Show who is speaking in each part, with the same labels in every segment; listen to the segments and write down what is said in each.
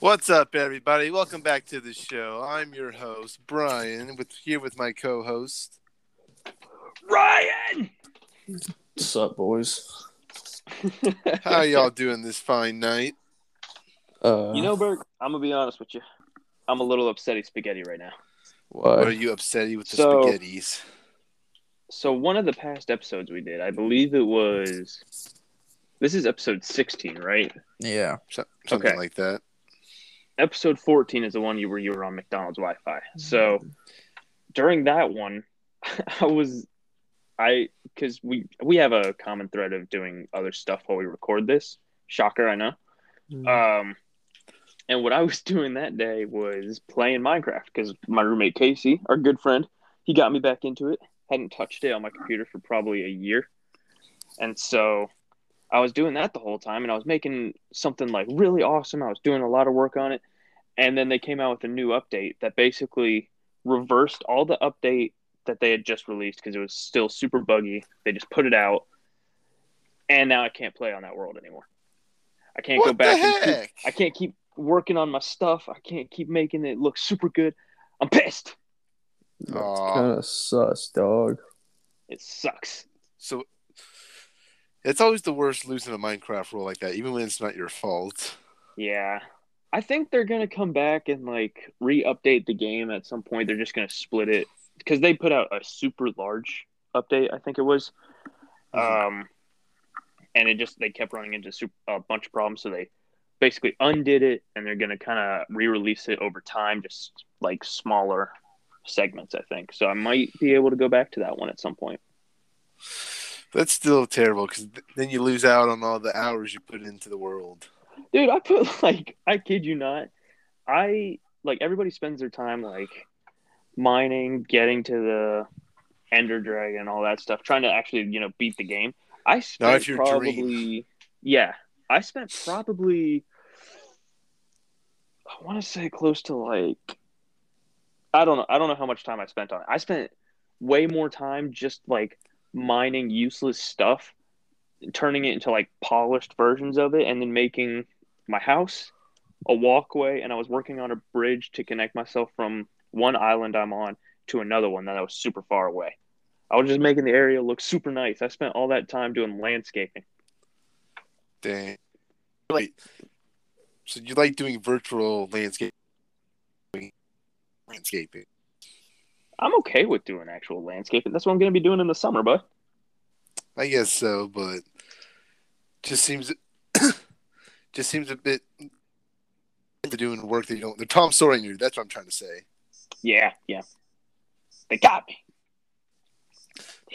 Speaker 1: What's up, everybody? Welcome back to the show. I'm your host, Brian, with here with my co-host.
Speaker 2: Ryan!
Speaker 3: What's up, boys?
Speaker 1: How y'all doing this fine night?
Speaker 3: Uh,
Speaker 2: You know, Bert, I'm going to be honest with you. I'm a little upset at spaghetti right now.
Speaker 1: What are
Speaker 3: why?
Speaker 1: you upset with the
Speaker 2: Uh, So-
Speaker 1: spaghettis?
Speaker 2: So, one of the past episodes we did, I believe it was. This is episode 16, right?
Speaker 3: Yeah.
Speaker 1: So- Something
Speaker 2: Okay.
Speaker 1: like that.
Speaker 2: Episode 14 is the one you were you were on McDonald's Wi Fi. So, during that one, I was. I. Because we, we have a common thread of doing other stuff while we record this. Shocker, I know. Um, and what I was doing that day was playing Minecraft because my roommate Casey, our good friend, he got me back into it. Hadn't touched it on my computer for probably a year, and so I was doing that the whole time, and I was making something like really awesome. I was doing a lot of work on it, and then they came out with a new update that basically reversed all the update that they had just released because it was still super buggy. They just put it out, and now I can't play on that world anymore. I can't
Speaker 1: what
Speaker 2: go back
Speaker 1: the
Speaker 2: and keep
Speaker 1: heck?
Speaker 2: I can't keep working on my stuff. I can't keep making it look super good. I'm pissed.
Speaker 3: That's
Speaker 1: Aw.
Speaker 3: kind of sus, dog.
Speaker 2: It sucks.
Speaker 1: So it's always the worst losing a Minecraft rule like that, even when it's not your fault.
Speaker 2: Yeah. I think they're going to come back and like re update the game at some point. They're just going to split it because they put out a super large update, I think it was. Um, and it just, they kept running into sup- a bunch of problems. So they basically undid it and they're going to kind of re release it over time, just like smaller segments, I think. So I might be able to go back to that one at some point.
Speaker 1: That's still terrible because then you lose out on all the hours you put into the world.
Speaker 2: dude i put like i kid you not i like everybody spends their time like mining getting to the ender dragon all that stuff trying to actually you know beat the game i spent
Speaker 1: if you're
Speaker 2: probably yeah i spent probably i want to say close to like i don't know i don't know how much time i spent on it i spent way more time just like mining useless stuff turning it into like polished versions of it and then making my house a walkway and i was working on a bridge to connect myself from one island i'm on to another one that was super far away i was just making the area look super nice i spent all that time doing landscaping
Speaker 1: Dang. Wait. So you like doing virtual landscape landscaping?
Speaker 2: i'm okay with doing actual landscaping that's what i'm going to be doing in the summer but
Speaker 1: I guess so, but just seems just seems a bit to doing work that you don't. They're Tom Soring you. That's what I'm trying to say.
Speaker 2: yeah yeah they got me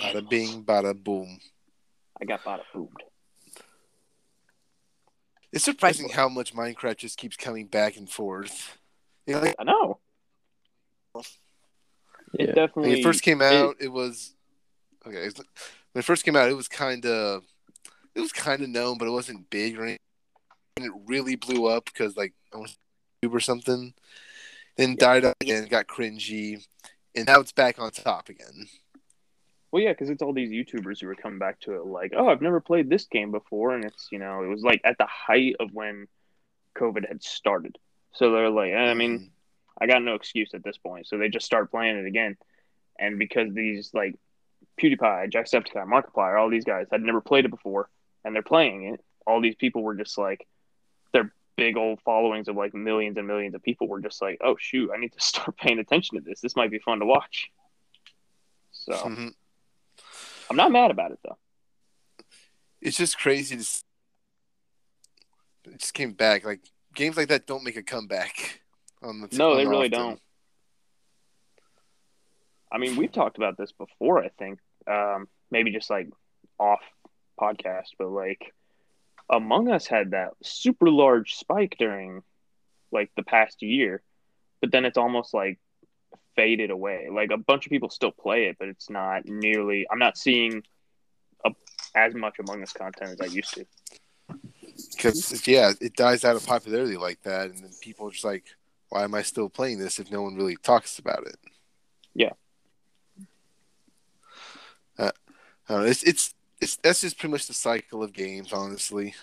Speaker 1: Bada bing, bada boom.
Speaker 2: i got bada boomed
Speaker 1: It's surprising how much Minecraft just keeps coming back and forth. You know, like,
Speaker 2: i know it
Speaker 3: Yeah.
Speaker 1: when
Speaker 2: definitely
Speaker 1: it first came out, it was okay. it's- When it first came out, it was kind of it was kind of known, but it wasn't big or anything. And it really blew up because like I was YouTube or something. Then died out again, got cringy, and now it's back on top again.
Speaker 2: Well, yeah, because it's all these YouTubers who are coming back to it, like, oh, I've never played this game before, and it's you know, it was like at the height of when COVID had started, so they're like, "Eh, I mean,
Speaker 1: Mm-hmm.
Speaker 2: I got no excuse at this point, so they just start playing it again, and because these like PewDiePie, Jacksepticeye, Markiplier, all these guys had never played it before, and they're playing it, all these people were just like, their big old followings of like millions and millions of people were just like, oh shoot, I need to start paying attention to this. This might be fun to watch. So.
Speaker 1: Mhm.
Speaker 2: I'm not mad about it though.
Speaker 1: it's just crazy. To... s- It just came back. Like games like that don't make a comeback. On the
Speaker 2: No,
Speaker 1: on
Speaker 2: they
Speaker 1: the
Speaker 2: really
Speaker 1: often.
Speaker 2: don't. I mean, we've talked about this before. I think um, maybe just like off podcast, but like Among Us had that super large spike during like the past year, but then it's almost like faded away. Like a bunch of people still play it, but it's not nearly. I'm not seeing a, as much Among Us content as I used to.
Speaker 1: because yeah, it dies out of popularity like that, and then people are just like, why am I still playing this if no one really talks about it?
Speaker 2: Yeah.
Speaker 1: Uh, I don't know, it's it's it's that's just pretty much the cycle of games, honestly.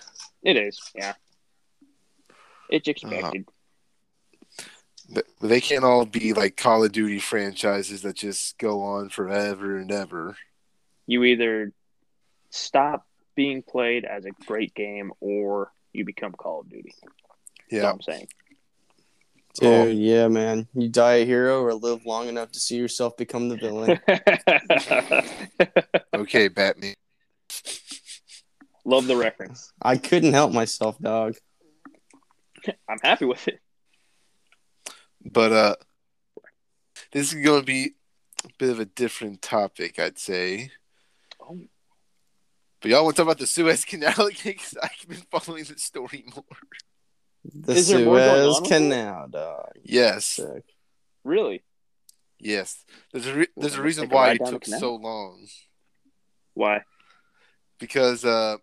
Speaker 2: It is, yeah. It's expected.
Speaker 1: Th- They can't all be like Call of Duty franchises that just go on forever and ever.
Speaker 2: You either stop being played as a great game or you become Call of Duty. That's
Speaker 1: Yeah,
Speaker 2: all I'm saying.
Speaker 3: Dude,
Speaker 1: Oh.
Speaker 3: yeah, man. You die a hero or live long enough to see yourself become the villain.
Speaker 1: okay, Batman.
Speaker 2: Love the reference.
Speaker 3: I couldn't help myself, dog.
Speaker 2: I'm happy with it.
Speaker 1: But uh, this is going to be a bit of a different topic, I'd say.
Speaker 2: Oh,
Speaker 1: But y'all want to talk about the Suez Canal again? 'Cause I've been following the story more.
Speaker 3: The
Speaker 2: Is there more going
Speaker 3: Suez
Speaker 2: on with it?
Speaker 3: Canal, dog.
Speaker 1: Yes,
Speaker 3: Sick.
Speaker 2: really?
Speaker 1: yes. There's a re- there's a
Speaker 2: Well,
Speaker 1: reason
Speaker 2: take a
Speaker 1: why
Speaker 2: ride
Speaker 1: it
Speaker 2: down the
Speaker 1: took
Speaker 2: canal.
Speaker 1: so long
Speaker 2: Why?
Speaker 1: because uh,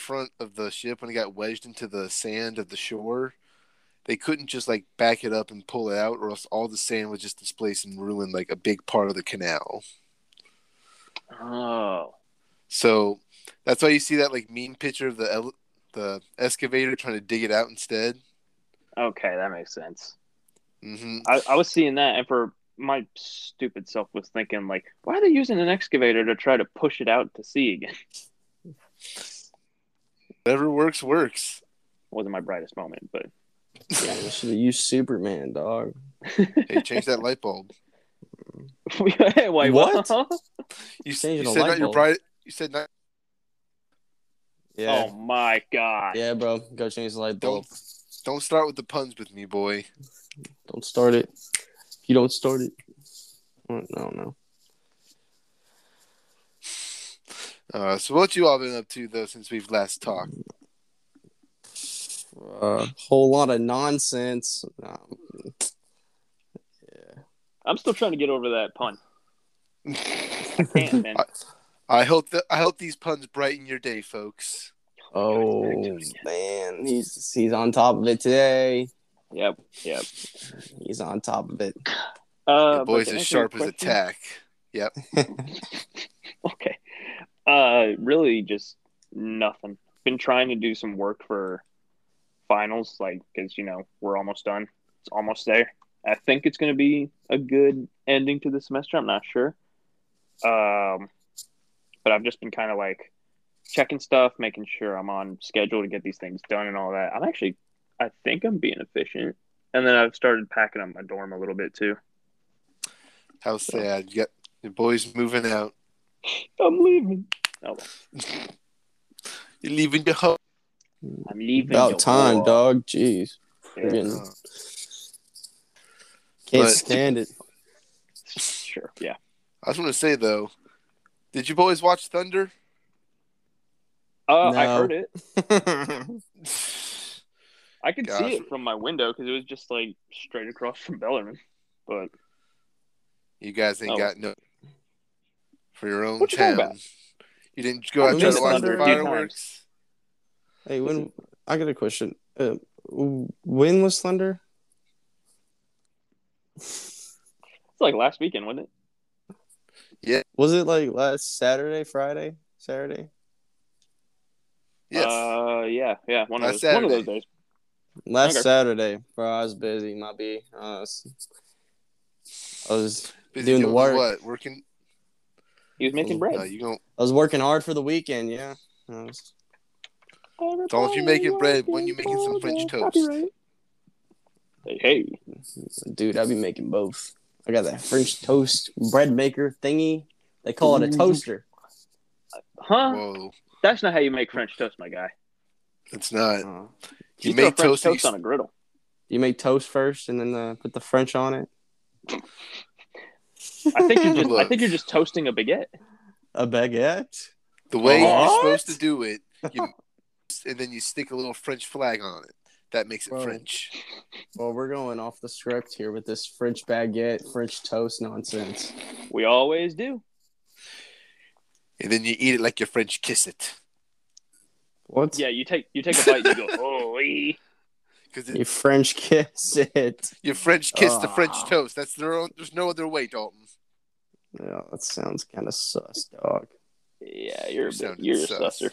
Speaker 1: front of the ship when it got wedged into the sand of the shore, they couldn't just like back it up and pull it out, or else all the sand would just displace and ruin like a big part of the canal.
Speaker 2: Oh,
Speaker 1: So that's why you see that like meme picture of the ele- the excavator trying to dig it out instead.
Speaker 2: okay, that makes sense.
Speaker 1: hmm
Speaker 2: I, I was seeing that, and for my stupid self was thinking like, why are they using an excavator to try to push it out to sea again?
Speaker 1: Whatever works, works.
Speaker 2: Wasn't my brightest moment, but
Speaker 3: Yeah, you should have used Superman, dog.
Speaker 1: Hey, change that light bulb.
Speaker 2: wait,
Speaker 3: What?
Speaker 2: Oh
Speaker 1: You, s-
Speaker 3: Changing
Speaker 1: you
Speaker 3: a
Speaker 1: said
Speaker 3: light
Speaker 1: not your
Speaker 3: bulb.
Speaker 1: bright. You said not.
Speaker 3: Yeah.
Speaker 2: Oh my god!
Speaker 3: Yeah, bro. Go change the light bulb.
Speaker 1: Don't don't start with the puns with me, boy.
Speaker 3: Don't start it. If you don't start it. oh, I don't know.
Speaker 1: Uh, so what you all been up to though since we've last talked?
Speaker 3: Uh, whole lot of nonsense. Um,
Speaker 2: I'm still trying to get over that pun. I can't, man.
Speaker 1: I hope that I hope these puns brighten your day, folks.
Speaker 3: oh man, he's he's on top of it today.
Speaker 2: Yep, yep.
Speaker 3: He's on top of it.
Speaker 2: Uh,
Speaker 1: Your
Speaker 2: but
Speaker 1: boy's
Speaker 2: to
Speaker 1: as
Speaker 2: answer your
Speaker 1: sharp as a
Speaker 2: question-
Speaker 1: tack.
Speaker 2: Okay. Uh, really, just nothing. Been trying to do some work for finals, like because you know we're almost done. It's almost there. I think it's going to be a good ending to the semester. I'm not sure. Um, but I've just been kind of like checking stuff, making sure I'm on schedule to get these things done and all that. I'm actually, I think I'm being efficient. And then I've started packing up my dorm a little bit too.
Speaker 1: How sad. You got your boy's moving out.
Speaker 2: I'm leaving. Oh,
Speaker 1: You're leaving your home.
Speaker 2: I'm leaving. your
Speaker 3: About time,
Speaker 2: wall.
Speaker 3: dog. Jeez,
Speaker 2: Yeah.
Speaker 3: We're getting-
Speaker 2: Mm.
Speaker 1: Uh,
Speaker 3: can't
Speaker 1: But-
Speaker 3: stand it.
Speaker 2: Sure. Yeah.
Speaker 1: I just want to say though, did you boys watch Thunder?
Speaker 2: Uh, I
Speaker 3: No.
Speaker 2: heard it. I could
Speaker 1: Gosh.
Speaker 2: see it from my window because it was just like straight across from Bellarmine. But
Speaker 1: You guys ain't
Speaker 2: Oh.
Speaker 1: got no for your own
Speaker 2: What you talking
Speaker 1: town. You didn't go
Speaker 2: I
Speaker 1: out and try
Speaker 3: missed
Speaker 1: to watch
Speaker 3: Thunder
Speaker 1: the
Speaker 3: a few
Speaker 1: fireworks.
Speaker 3: hey, when I got a question. Uh, when was Thunder?
Speaker 2: it's like last weekend, wasn't it?
Speaker 3: Was it like last Saturday, Friday, Saturday?
Speaker 1: Yes.
Speaker 2: Uh, yeah, yeah. One of
Speaker 1: Last
Speaker 2: those. One of those days.
Speaker 3: Last
Speaker 2: Okay.
Speaker 3: Saturday, bro. I was busy. My B. I was, I was
Speaker 1: Busy
Speaker 3: doing the work.
Speaker 1: What? Working?
Speaker 2: He was making bread.
Speaker 1: Oh, No, you going
Speaker 3: I was working hard for the weekend. Yeah. I was-
Speaker 1: It's all if you making bread, when you making some French toast.
Speaker 2: Hey, hey,
Speaker 3: dude, I'd be making both. I got that French toast bread maker thingy. They call
Speaker 2: Mm.
Speaker 3: it a toaster.
Speaker 2: huh?
Speaker 3: Oh.
Speaker 1: Whoa,
Speaker 2: That's not how you make French toast, my guy.
Speaker 1: it's not.
Speaker 3: Uh,
Speaker 1: You,
Speaker 2: You, throw
Speaker 1: make
Speaker 2: French
Speaker 1: toast. and
Speaker 2: toast on a griddle.
Speaker 3: you make toast first, and then uh, put the French on it.
Speaker 2: I think you're just. I
Speaker 1: Look.
Speaker 2: think you're just toasting a baguette.
Speaker 3: a baguette.
Speaker 1: you- the way
Speaker 3: What?
Speaker 1: you're supposed to do it, you, and then you stick a little French flag on it. That makes it
Speaker 3: Whoa.
Speaker 1: French.
Speaker 3: Well, we're going off the script here with this French baguette, French toast nonsense.
Speaker 2: We always do.
Speaker 1: And then you eat it like your French kiss it,
Speaker 3: What?
Speaker 2: Yeah, you take you take a bite. You go, holy.
Speaker 1: because
Speaker 3: You French kiss it.
Speaker 1: your French kiss the French
Speaker 3: Ah.
Speaker 1: toast. That's their own, there's no other way, Dalton.
Speaker 3: Oh, that sounds kind of sus, dog.
Speaker 2: Yeah, you're
Speaker 1: You
Speaker 2: a bit,
Speaker 1: sounded
Speaker 2: you're a
Speaker 1: sus.
Speaker 2: susser.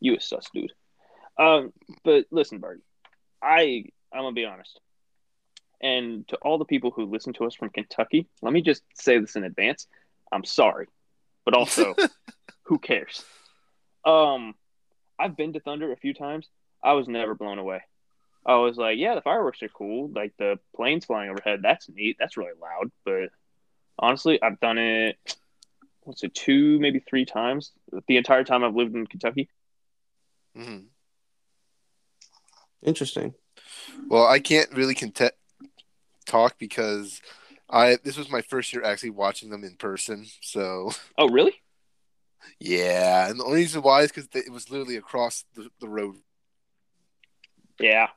Speaker 2: You a sus dude. Um, but listen, Bart, I I'm gonna be honest. And to all the people who listen to us from Kentucky, let me just say this in advance. I'm sorry, but also, who cares? Um, I've been to Thunder a few times. I was never blown away. I was like, yeah, the fireworks are cool. Like the planes flying overhead, that's neat. That's really loud. But honestly, I've done it. What's it? Two, maybe three times the entire time I've lived in Kentucky.
Speaker 1: hmm
Speaker 3: Interesting.
Speaker 1: Well, I can't really conte- talk because I this was my first year actually watching them in person. So
Speaker 2: Oh, really?
Speaker 1: yeah, and the only reason why is because it was literally across the, the road.
Speaker 2: Yeah,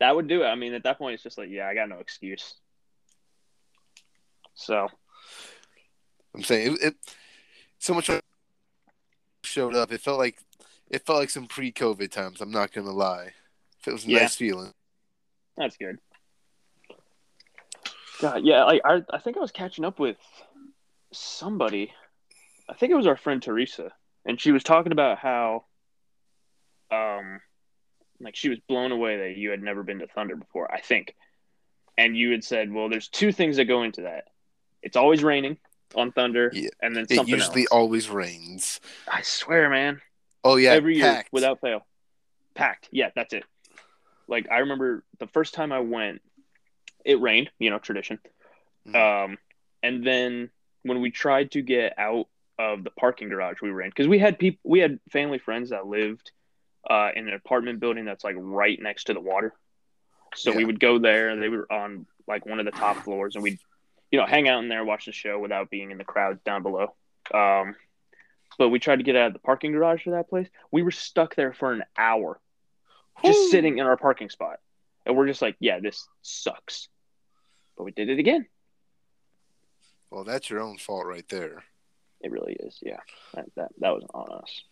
Speaker 2: that would do it. I mean, at that point, it's just like, yeah, I got no excuse. So
Speaker 1: I'm saying it, it so much showed up. It felt like it felt like some pre-COVID times. I'm not gonna lie. It was a
Speaker 2: Yeah.
Speaker 1: nice feeling.
Speaker 2: that's good. God, yeah, like I, I think I was catching up with somebody. I think it was our friend Teresa, and she was talking about how, um, like she was blown away that you had never been to Thunder before. I think, and you had said, well, there's two things that go into that. It's always raining on Thunder,
Speaker 1: Yeah.
Speaker 2: and then
Speaker 1: It
Speaker 2: something
Speaker 1: usually
Speaker 2: else.
Speaker 1: always rains.
Speaker 2: I swear, man.
Speaker 1: Oh yeah,
Speaker 2: every year
Speaker 1: packed.
Speaker 2: without fail. Packed. Yeah, that's it. Like I remember the first time I went, it rained, you know, tradition.
Speaker 1: Mm-hmm.
Speaker 2: Um, and then when we tried to get out of the parking garage we were in, because we had people, we had family friends that lived uh, in an apartment building that's like right next to the water. So we
Speaker 1: Yeah.
Speaker 2: would go there. They were on like one of the top floors, and we'd you know hang out in there, watch the show without being in the crowd down below. Um, but we tried to get out of the parking garage for that place. We were stuck there for an hour, just
Speaker 1: Whew.
Speaker 2: sitting in our parking spot, and we're just like, yeah, this sucks. But we did it again.
Speaker 1: Well, that's your own fault right there.
Speaker 2: It really is, yeah. That that, that was on us.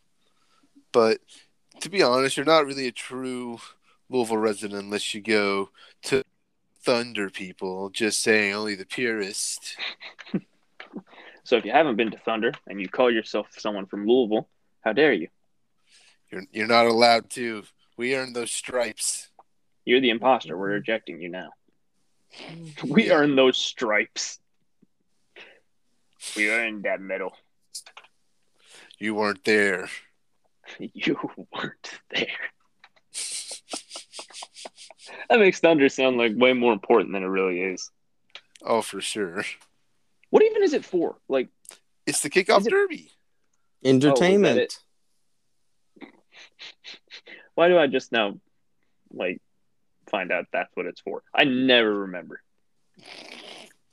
Speaker 1: But to be honest, you're not really a true Louisville resident unless you go to Thunder people. Just saying, only the purist.
Speaker 2: So if you haven't been to Thunder and you call yourself someone from Louisville, how dare you?
Speaker 1: You're you're not allowed to. We earned those stripes.
Speaker 2: You're the imposter. We're ejecting you now. We earned those stripes. We earned that medal.
Speaker 1: You weren't there.
Speaker 2: You weren't there. That makes Thunder sound like way more important than it really is.
Speaker 1: Oh, for sure.
Speaker 2: What even is it for? Like,
Speaker 1: It's the kickoff
Speaker 2: Is it-
Speaker 1: derby.
Speaker 3: Entertainment.
Speaker 2: it? why do I just now, like, find out that's what it's for? I never remember.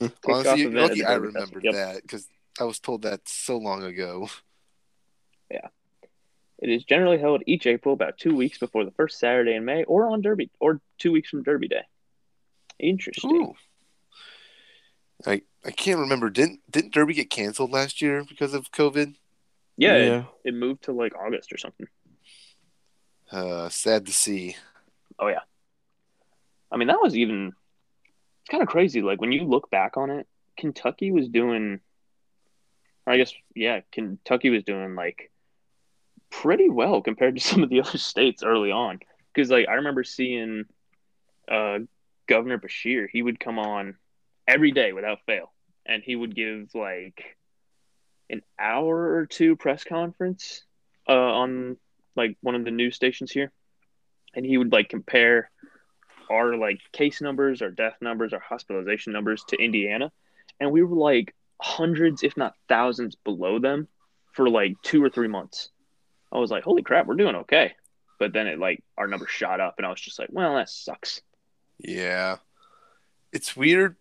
Speaker 2: Kickoff
Speaker 1: Honestly, you're
Speaker 2: event at
Speaker 1: lucky
Speaker 2: the
Speaker 1: I
Speaker 2: Derby Festival.
Speaker 1: remembered
Speaker 2: Yep.
Speaker 1: that because I was told that so long ago.
Speaker 2: It is generally held each April about two weeks before the first Saturday in May or on Derby or two weeks from Derby Day. Interesting.
Speaker 1: Ooh. I I can't remember. Didn't didn't Derby get canceled last year because of COVID?
Speaker 2: Yeah, It, it moved to like August or something.
Speaker 1: Uh, sad to see.
Speaker 2: I mean, that was even it's kind of crazy. Like when you look back on it, Kentucky was doing I guess yeah, Kentucky was doing like pretty well compared to some of the other states early on. Because like I remember seeing uh, Governor Bashir, he would come on every day without fail, and he would give like an hour or two press conference uh, on like one of the news stations here, and he would like compare our like case numbers, our death numbers, our hospitalization numbers to Indiana, and we were like hundreds, if not thousands, below them for like two or three months. I was like, holy crap, we're doing okay. But then it like our number shot up, and I was just like, well, that sucks.
Speaker 1: Yeah. It's weird.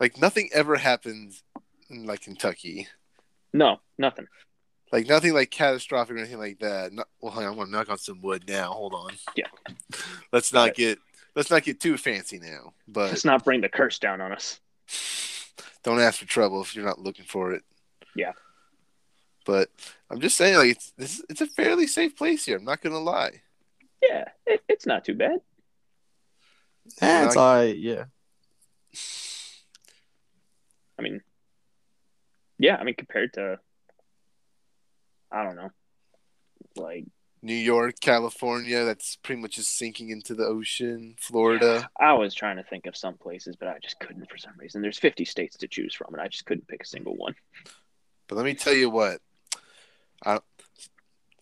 Speaker 1: Like nothing ever happens in like Kentucky.
Speaker 2: No, nothing.
Speaker 1: Like nothing like catastrophic or anything like that. No, well, hang on, I'm gonna knock on some wood now. Hold on.
Speaker 2: Yeah.
Speaker 1: Let's not
Speaker 2: Okay.
Speaker 1: get let's not get too fancy now. But
Speaker 2: Let's not bring the curse down on us.
Speaker 1: don't ask for trouble if you're not looking for it.
Speaker 2: Yeah.
Speaker 1: But I'm just saying, like it's this, it's a fairly safe place here. I'm not gonna lie.
Speaker 2: Yeah, it, it's not too bad.
Speaker 3: That's
Speaker 1: Yeah.
Speaker 3: all right. Yeah.
Speaker 2: I mean, yeah, I mean compared to, I don't know, like
Speaker 1: New York, California, that's pretty much just sinking into the ocean. Florida.
Speaker 2: I was trying to think of some places, but I just couldn't for some reason. There's 50 states to choose from, and I just couldn't pick a single one.
Speaker 1: But let me tell you what, I,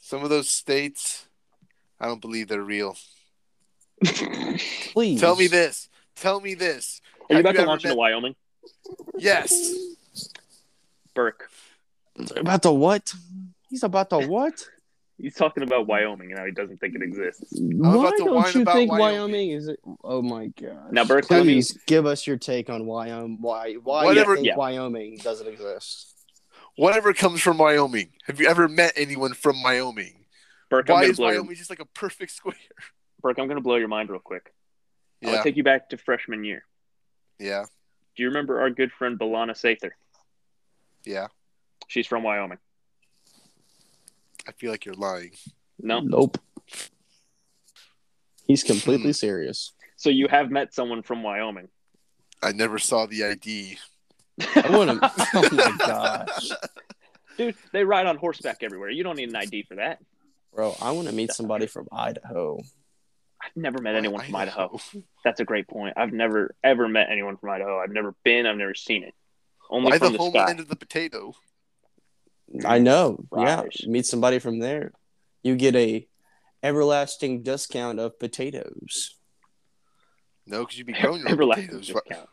Speaker 1: some of those states, I don't believe they're real.
Speaker 3: Please
Speaker 1: Tell me this. Tell me this.
Speaker 2: Are you
Speaker 1: Have
Speaker 2: about
Speaker 1: you
Speaker 2: to
Speaker 1: ever
Speaker 2: launch into
Speaker 1: been-
Speaker 2: Wyoming?
Speaker 1: Yes.
Speaker 2: Burke.
Speaker 3: about the what? He's about the what?
Speaker 2: He's talking about Wyoming and how he doesn't think it exists.
Speaker 1: about
Speaker 3: Why
Speaker 1: to
Speaker 3: don't
Speaker 1: whine
Speaker 3: you
Speaker 1: about
Speaker 3: think
Speaker 1: Wyoming.
Speaker 3: Wyoming is? Oh my god!
Speaker 2: Now, Burke, tell me-
Speaker 3: please give us your take on Wyoming. Why? Why
Speaker 1: Whatever-
Speaker 3: you think
Speaker 2: Yeah.
Speaker 3: Wyoming doesn't exist?
Speaker 1: Whatever comes from Wyoming. Have you ever met anyone from Wyoming?
Speaker 2: Burke, I'm
Speaker 1: Why
Speaker 2: gonna
Speaker 1: is
Speaker 2: blow your,
Speaker 1: Wyoming just like a perfect square?
Speaker 2: Burke, I'm gonna blow your mind real quick. I'm
Speaker 1: Yeah.
Speaker 2: gonna take you back to freshman year.
Speaker 1: Yeah.
Speaker 2: Do you remember our good friend Balana Sather?
Speaker 1: Yeah.
Speaker 2: She's from Wyoming.
Speaker 1: I feel like you're lying.
Speaker 2: No.
Speaker 3: Nope. He's completely serious.
Speaker 2: So you have met someone from Wyoming.
Speaker 1: I never saw the ID.
Speaker 3: I want to. oh my gosh,
Speaker 2: Dude, they ride on horseback everywhere. You don't need an ID for that.
Speaker 3: bro! I want to meet somebody from Idaho.
Speaker 2: I've never met
Speaker 1: Why
Speaker 2: anyone from Idaho.
Speaker 1: Idaho?
Speaker 2: That's a great point. I've never ever met anyone from Idaho. I've never been. I've never seen it. Only
Speaker 1: Why the
Speaker 2: from the sky.
Speaker 1: homeland of the potato?
Speaker 3: I know.
Speaker 2: Raj.
Speaker 3: Yeah, meet somebody from there. You get a everlasting discount of potatoes.
Speaker 1: No, because you'd be growing your own
Speaker 2: Everlasting
Speaker 1: potatoes. right?
Speaker 2: discount.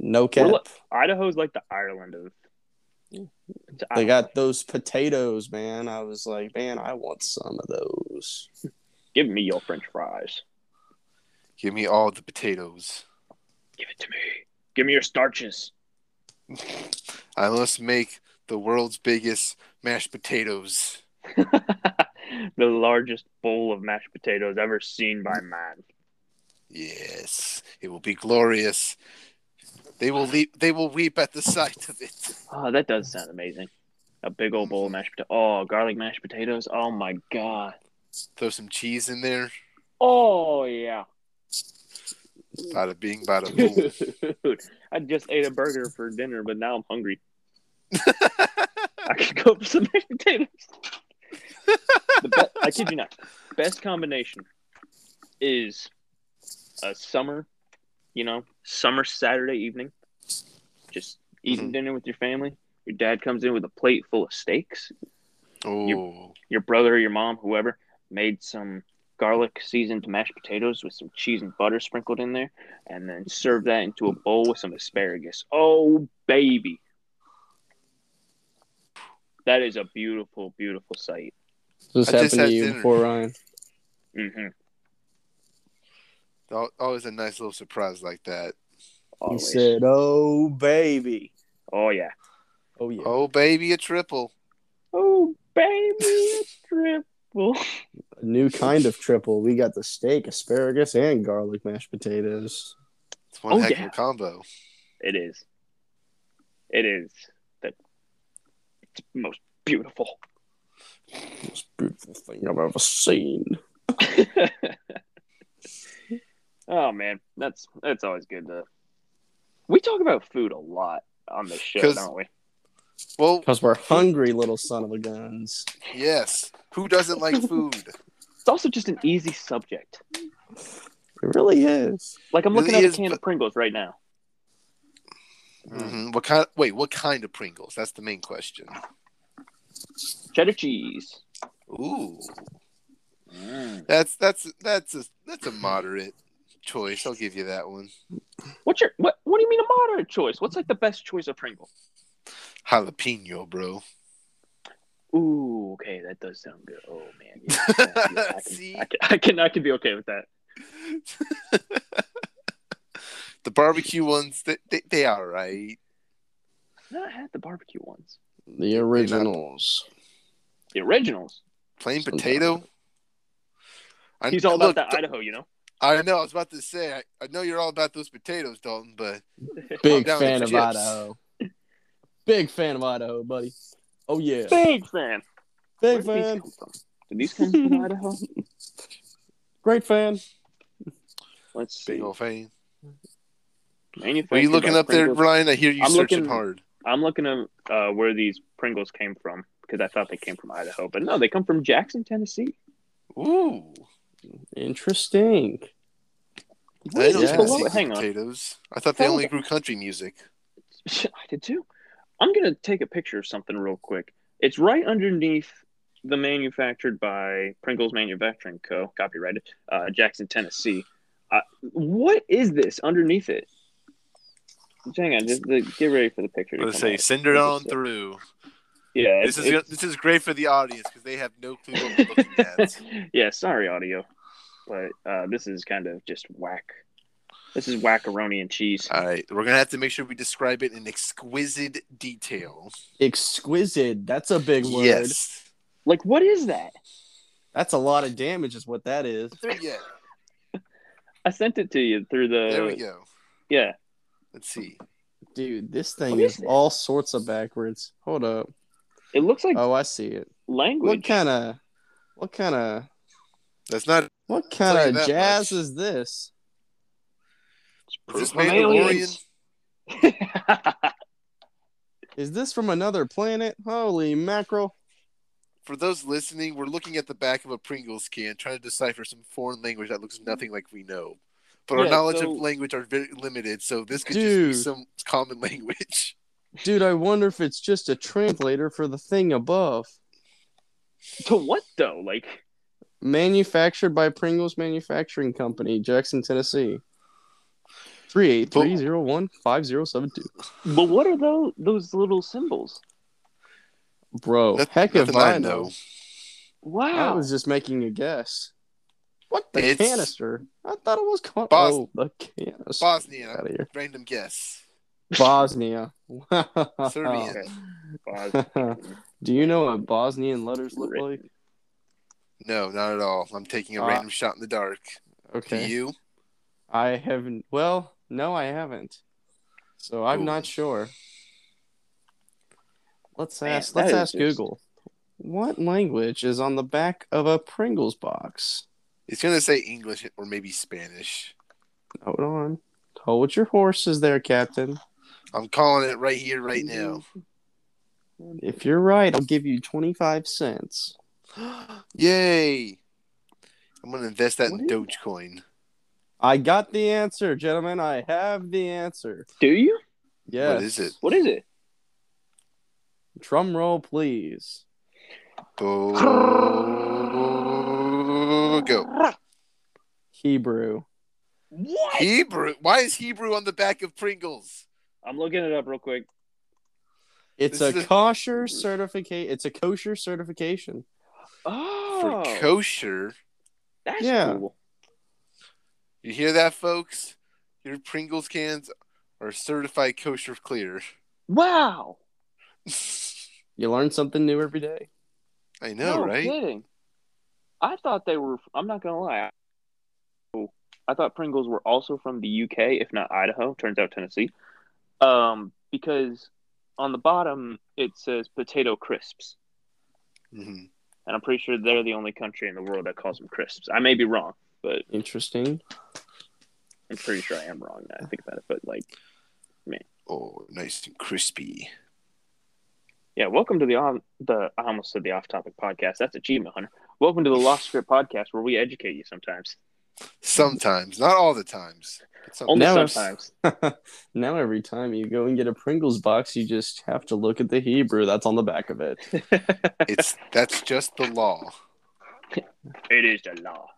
Speaker 3: No
Speaker 2: We're
Speaker 3: cap.
Speaker 2: li- Idaho's like the Ireland of. It's
Speaker 3: They
Speaker 2: Ireland.
Speaker 3: got those potatoes, man. I was like, man, I want some of those.
Speaker 2: Give me your French fries.
Speaker 1: Give me all the potatoes.
Speaker 2: Give it to me. Give me your starches.
Speaker 1: I must make the world's biggest mashed potatoes.
Speaker 2: the largest bowl of mashed potatoes ever seen by man.
Speaker 1: Yes, it will be glorious. They will leap. They will weep at the sight of it.
Speaker 2: Oh, that does sound amazing. A big old bowl of mashed potatoes. Oh, garlic mashed potatoes. Oh my god.
Speaker 1: Throw some cheese in there.
Speaker 2: Oh yeah.
Speaker 1: Bada bing, bada boom.
Speaker 2: Dude, I just ate a burger for dinner, but now I'm hungry. I could go for some mashed potatoes. The be- I kid you not. Best combination is a summer, you know, summer Saturday evening. Just eating
Speaker 1: Mhm.
Speaker 2: dinner with your family. Your dad comes in with a plate full of steaks.
Speaker 1: Oh,
Speaker 2: Your brother or your mom, whoever, made some garlic seasoned mashed potatoes with some cheese and butter sprinkled in there, and then served that into a bowl with some asparagus. Oh, baby. That is a beautiful, beautiful sight.
Speaker 3: This
Speaker 1: I just
Speaker 3: happened
Speaker 1: had
Speaker 3: to you
Speaker 1: dinner.
Speaker 3: before, Ryan.
Speaker 2: Mm-hmm.
Speaker 1: Al- always a nice little surprise like that.
Speaker 3: He
Speaker 2: Always.
Speaker 3: said, "Oh baby,
Speaker 2: oh, yeah.
Speaker 3: oh yeah."
Speaker 1: Oh baby, a triple.
Speaker 2: Oh, baby, it's triple.
Speaker 3: A new kind of triple. We got the steak, asparagus, and garlic mashed potatoes.
Speaker 1: It's one
Speaker 2: Oh,
Speaker 1: heck
Speaker 2: yeah.
Speaker 1: of a combo.
Speaker 2: It is. It is. The it's most beautiful.
Speaker 3: Most beautiful thing I've ever seen.
Speaker 2: oh man, that's that's always good to. We talk about food a lot on this show,
Speaker 1: 'Cause-
Speaker 2: don't we?
Speaker 1: Well,
Speaker 3: Cause we're hungry, little son of a guns.
Speaker 1: yes. Who doesn't like food?
Speaker 2: It's also just an easy subject.
Speaker 3: It really is.
Speaker 2: Like I'm
Speaker 1: Really
Speaker 2: looking at a
Speaker 1: is,
Speaker 2: can
Speaker 1: but-
Speaker 2: of Pringles right now.
Speaker 3: Mm-hmm.
Speaker 1: hmm What kind? Wait, what kind of Pringles? That's the main question.
Speaker 2: Cheddar cheese.
Speaker 1: Ooh, that's that's that's a that's a moderate choice. I'll give you that one.
Speaker 2: What's your what? What do you mean a moderate choice? What's like the best choice of Pringle?
Speaker 1: Jalapeno, bro.
Speaker 2: Ooh, okay, that does sound good. Oh man, yeah, yeah, yeah, I,
Speaker 1: See?
Speaker 2: can, I, can, I can I can be okay with that.
Speaker 1: The barbecue ones, they they, they are right.
Speaker 2: No, I had the barbecue ones,
Speaker 3: The originals.
Speaker 2: the originals.
Speaker 1: Plain
Speaker 3: Sometimes.
Speaker 1: potato. I,
Speaker 2: He's all about
Speaker 1: look,
Speaker 2: that Idaho, you know.
Speaker 1: I know. I was about to say. I, I know you're all about those potatoes, Dalton, but
Speaker 3: Big
Speaker 1: down
Speaker 3: fan
Speaker 1: with
Speaker 3: of
Speaker 1: chips.
Speaker 3: Idaho. Big fan of Idaho, buddy. Oh yeah.
Speaker 2: Big fan. Where
Speaker 3: Big
Speaker 2: did these
Speaker 3: fan.
Speaker 2: come from? Did these come from Idaho?
Speaker 3: Great fan.
Speaker 2: Let's see.
Speaker 1: big old fan.
Speaker 2: Manufactured
Speaker 1: Are you looking
Speaker 2: by
Speaker 1: up there,
Speaker 2: Pringles.
Speaker 1: Brian? I hear you
Speaker 2: I'm
Speaker 1: searching
Speaker 2: looking-
Speaker 1: hard.
Speaker 2: I'm looking at uh, where these Pringles came from because I thought they came from Idaho, but no, they come from Jackson, Tennessee.
Speaker 1: Ooh,
Speaker 3: Interesting.
Speaker 1: I don't
Speaker 3: yeah.
Speaker 1: yeah. see
Speaker 2: Hang on.
Speaker 1: potatoes. I thought they
Speaker 2: Hold
Speaker 1: only
Speaker 2: on.
Speaker 1: grew country music.
Speaker 2: I did too. I'm gonna take a picture of something real quick. It's right underneath the manufactured by Pringles Manufacturing Co. Copyrighted, uh, Jackson, Tennessee. Uh, what is this underneath it? Just Hang on, just the, get ready for the picture. To
Speaker 1: Let's
Speaker 2: come
Speaker 1: say
Speaker 2: up.
Speaker 1: send it
Speaker 2: This
Speaker 1: on
Speaker 2: is-
Speaker 1: through.
Speaker 2: Yeah,
Speaker 1: This
Speaker 2: it's-
Speaker 1: is this is great for the audience because they have no clue what we're looking at.
Speaker 2: yeah, sorry, audio, but uh, this is kind of just whack. This is whackaroni and cheese.
Speaker 1: All right, we're gonna have to make sure we describe it in exquisite detail.
Speaker 3: Exquisite. That's a big word.
Speaker 1: Yes.
Speaker 2: Like, what is that?
Speaker 3: That's a lot of damage, is what that is.
Speaker 1: There, yeah.
Speaker 2: I sent it to you through the.
Speaker 1: There we go.
Speaker 2: Yeah,
Speaker 1: Let's see.
Speaker 3: Dude, this thing
Speaker 2: What
Speaker 3: is
Speaker 2: is it?
Speaker 3: all sorts of backwards. Hold up.
Speaker 2: it looks like
Speaker 1: Uh,
Speaker 3: Oh, I see it. What
Speaker 2: language.
Speaker 3: kind of, what kind of,
Speaker 1: That's not.
Speaker 3: what
Speaker 1: Tell you
Speaker 3: kind of
Speaker 1: that
Speaker 3: jazz
Speaker 1: much.
Speaker 3: is this?
Speaker 1: Is this
Speaker 2: From
Speaker 1: Mandalorian?
Speaker 2: aliens.
Speaker 3: Is this from another planet? Holy mackerel!
Speaker 1: For those listening, we're looking at the back of a Pringles can, trying to decipher some foreign language that looks nothing like we know. But our
Speaker 2: Yeah,
Speaker 1: knowledge
Speaker 2: so-
Speaker 1: of language are very limited, so this could
Speaker 3: Dude.
Speaker 1: just be some common language.
Speaker 3: Dude, I wonder if it's just a translator for the thing above.
Speaker 2: to what though? Like,
Speaker 3: Manufactured by Pringles Manufacturing Company, Jackson, Tennessee. Three eight three zero one five zero seven two.
Speaker 2: but what are those those little symbols?
Speaker 3: Bro,
Speaker 1: Noth-
Speaker 3: heck if
Speaker 1: nothing I
Speaker 3: I know.
Speaker 1: know.
Speaker 3: I
Speaker 2: Wow.
Speaker 3: was just making a guess. What the
Speaker 1: It's-
Speaker 3: canister? I thought it was con-
Speaker 1: Bos-
Speaker 3: oh, the canister.
Speaker 1: Bosnia.
Speaker 3: Outta here.
Speaker 1: Random guess.
Speaker 3: Bosnia.
Speaker 1: Serbian.
Speaker 2: Uh,
Speaker 3: Do you know what Bosnian letters look like?
Speaker 1: No, not at all. I'm taking a
Speaker 3: Uh,
Speaker 1: random shot in the dark. Do
Speaker 3: Okay.
Speaker 1: you?
Speaker 3: I haven't. Well, no, I haven't. So I'm
Speaker 1: Ooh.
Speaker 3: not sure. Let's
Speaker 2: Man,
Speaker 3: ask.
Speaker 2: that
Speaker 3: Let's
Speaker 2: is
Speaker 3: ask
Speaker 2: just-
Speaker 3: Google. What language is on the back of a Pringles box?
Speaker 1: It's gonna say English or maybe Spanish.
Speaker 3: Hold on. Hold your horses there, Captain.
Speaker 1: I'm calling it right here, right now.
Speaker 3: If you're right, I'll give you 25 cents.
Speaker 1: Yay! I'm gonna invest that in
Speaker 2: What
Speaker 1: Dogecoin.
Speaker 3: I got the answer, gentlemen. I have the answer.
Speaker 2: Do you?
Speaker 3: Yes.
Speaker 1: is it?
Speaker 2: What is it?
Speaker 3: Drum roll, please.
Speaker 1: Bo- Oh, Go.
Speaker 3: Hebrew.
Speaker 2: What?
Speaker 1: Hebrew. Why is Hebrew on the back of Pringles?
Speaker 2: I'm looking it up real quick.
Speaker 3: It's
Speaker 1: This
Speaker 3: a
Speaker 1: is a-
Speaker 3: kosher certificate. It's a kosher certification.
Speaker 2: Oh,
Speaker 1: For kosher.
Speaker 2: that's
Speaker 3: Yeah.
Speaker 2: cool.
Speaker 1: You hear that, folks? Your Pringles cans are certified kosher clear.
Speaker 2: Wow.
Speaker 3: You learn something new every day.
Speaker 1: I know,
Speaker 2: no
Speaker 1: right?
Speaker 2: kidding. I thought they were. I'm not gonna lie. I thought Pringles were also from the UK, if not Idaho. Turns out Tennessee, um, because on the bottom it says potato crisps,
Speaker 1: Mhm.
Speaker 2: and I'm pretty sure they're the only country in the world that calls them crisps. I may be wrong, but
Speaker 3: Interesting.
Speaker 2: I'm pretty sure I am wrong. Now I think about it, but like,
Speaker 1: Oh, nice and crispy.
Speaker 2: yeah. Welcome to the on the I almost said the off topic podcast. That's achievement hunter. Welcome to the Lost Script podcast, where we educate you sometimes,
Speaker 1: Sometimes, not all the times. But sometimes.
Speaker 2: only
Speaker 3: Now it's-
Speaker 2: sometimes.
Speaker 3: now every time you go and get a Pringles box, you just have to look at the Hebrew that's on the back of it.
Speaker 1: It's that's just the law.
Speaker 2: It is the law.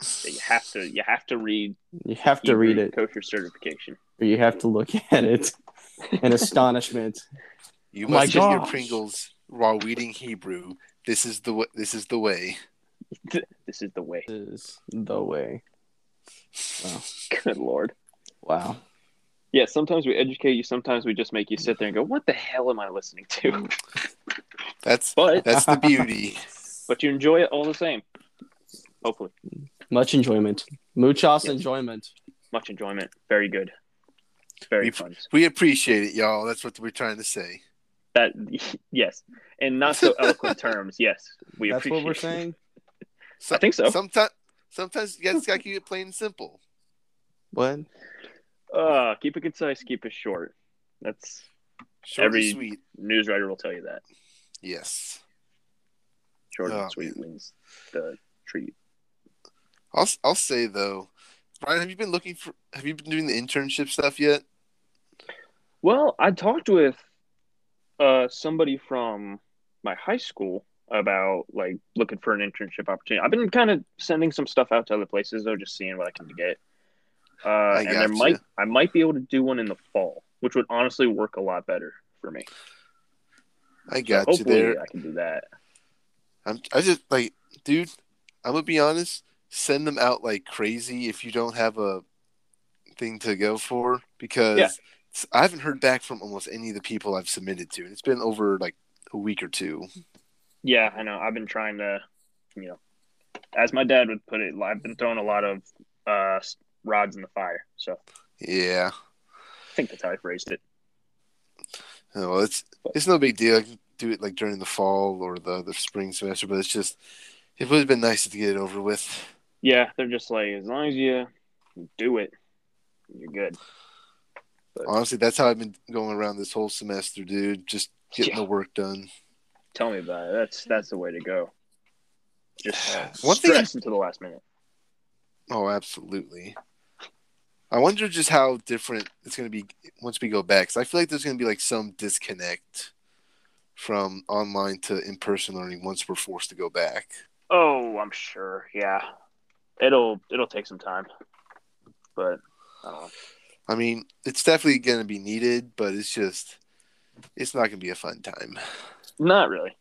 Speaker 2: So you have to you have to read
Speaker 3: You have to read
Speaker 2: Hebrew
Speaker 3: it,
Speaker 2: kosher certification.
Speaker 3: or you have to look at it in astonishment.
Speaker 1: You
Speaker 3: Oh my
Speaker 1: must eat your
Speaker 3: gosh.
Speaker 1: Pringles while reading Hebrew. This is the w- this is the way.
Speaker 2: This is the way.
Speaker 3: This is the way.
Speaker 2: Good lord.
Speaker 3: Wow.
Speaker 2: Yeah, sometimes we educate you, sometimes we just make you sit there and go, What the hell am I listening to?
Speaker 1: That's
Speaker 2: But
Speaker 1: that's the beauty.
Speaker 2: but you enjoy it all the same. Hopefully.
Speaker 3: Much enjoyment. Muchos
Speaker 2: Yes.
Speaker 3: enjoyment.
Speaker 2: Much enjoyment. Very good. Very
Speaker 1: We've-
Speaker 2: fun.
Speaker 1: We appreciate it, y'all. That's what we're trying to say.
Speaker 2: That yes. In not so eloquent terms, yes. We
Speaker 3: That's
Speaker 2: appreciate
Speaker 3: what we're
Speaker 2: it.
Speaker 3: saying.
Speaker 1: So-
Speaker 2: I think so.
Speaker 1: Sometimes sometimes you guys gotta keep it plain and simple.
Speaker 3: What?
Speaker 2: Uh keep it concise, keep it short. That's
Speaker 1: Short
Speaker 2: Every-
Speaker 1: and sweet.
Speaker 2: newswriter will tell you that.
Speaker 1: Yes.
Speaker 2: Short
Speaker 1: Oh,
Speaker 2: and sweet wins the treat.
Speaker 1: I'll I'll say though, Brian, have you been looking for? Have you been doing the internship stuff yet?
Speaker 2: Well, I talked with uh, somebody from my high school about like looking for an internship opportunity. I've been kind of sending some stuff out to other places though, just seeing what I can get. Uh, and there
Speaker 1: gotcha.
Speaker 2: might I might be able to do one in the fall, which would honestly work a lot better for me.
Speaker 1: I got you
Speaker 2: Hopefully,
Speaker 1: there.
Speaker 2: I can do that.
Speaker 1: I'm, I just like, dude. I'm gonna be honest. Send them out like crazy if you don't have a thing to go for because
Speaker 2: Yeah.
Speaker 1: it's- I haven't heard back from almost any of the people I've submitted to, and it's been over like a week or two.
Speaker 2: Yeah, I know. I've been trying to, you know, as my dad would put it, I've been throwing a lot of uh, rods in the fire. So I
Speaker 1: Yeah,
Speaker 2: think that's how I phrased it.
Speaker 1: Oh, well, it's it's no big deal. I can do it like during the fall or the the spring semester, but it's just it would have been nice to get it over with.
Speaker 2: Yeah, they're just like as long as you do it, you're good.
Speaker 1: Honestly, that's how I've been going around this whole semester, dude. Just getting
Speaker 2: Yeah.
Speaker 1: the work done.
Speaker 2: Tell me about it. That's that's the way to go. Just uh,
Speaker 1: One thing I-
Speaker 2: stress until the last minute.
Speaker 1: Oh, absolutely. I wonder just how different it's going to be once we go back. 'cause I feel like there's going to be like some disconnect from online to in person learning once we're forced to go back.
Speaker 2: Oh, I'm sure. Yeah, it'll it'll take some time, but uh, I don't know.
Speaker 1: I mean, it's definitely going to be needed, but it's just, it's not going to be a fun time.
Speaker 2: Not really.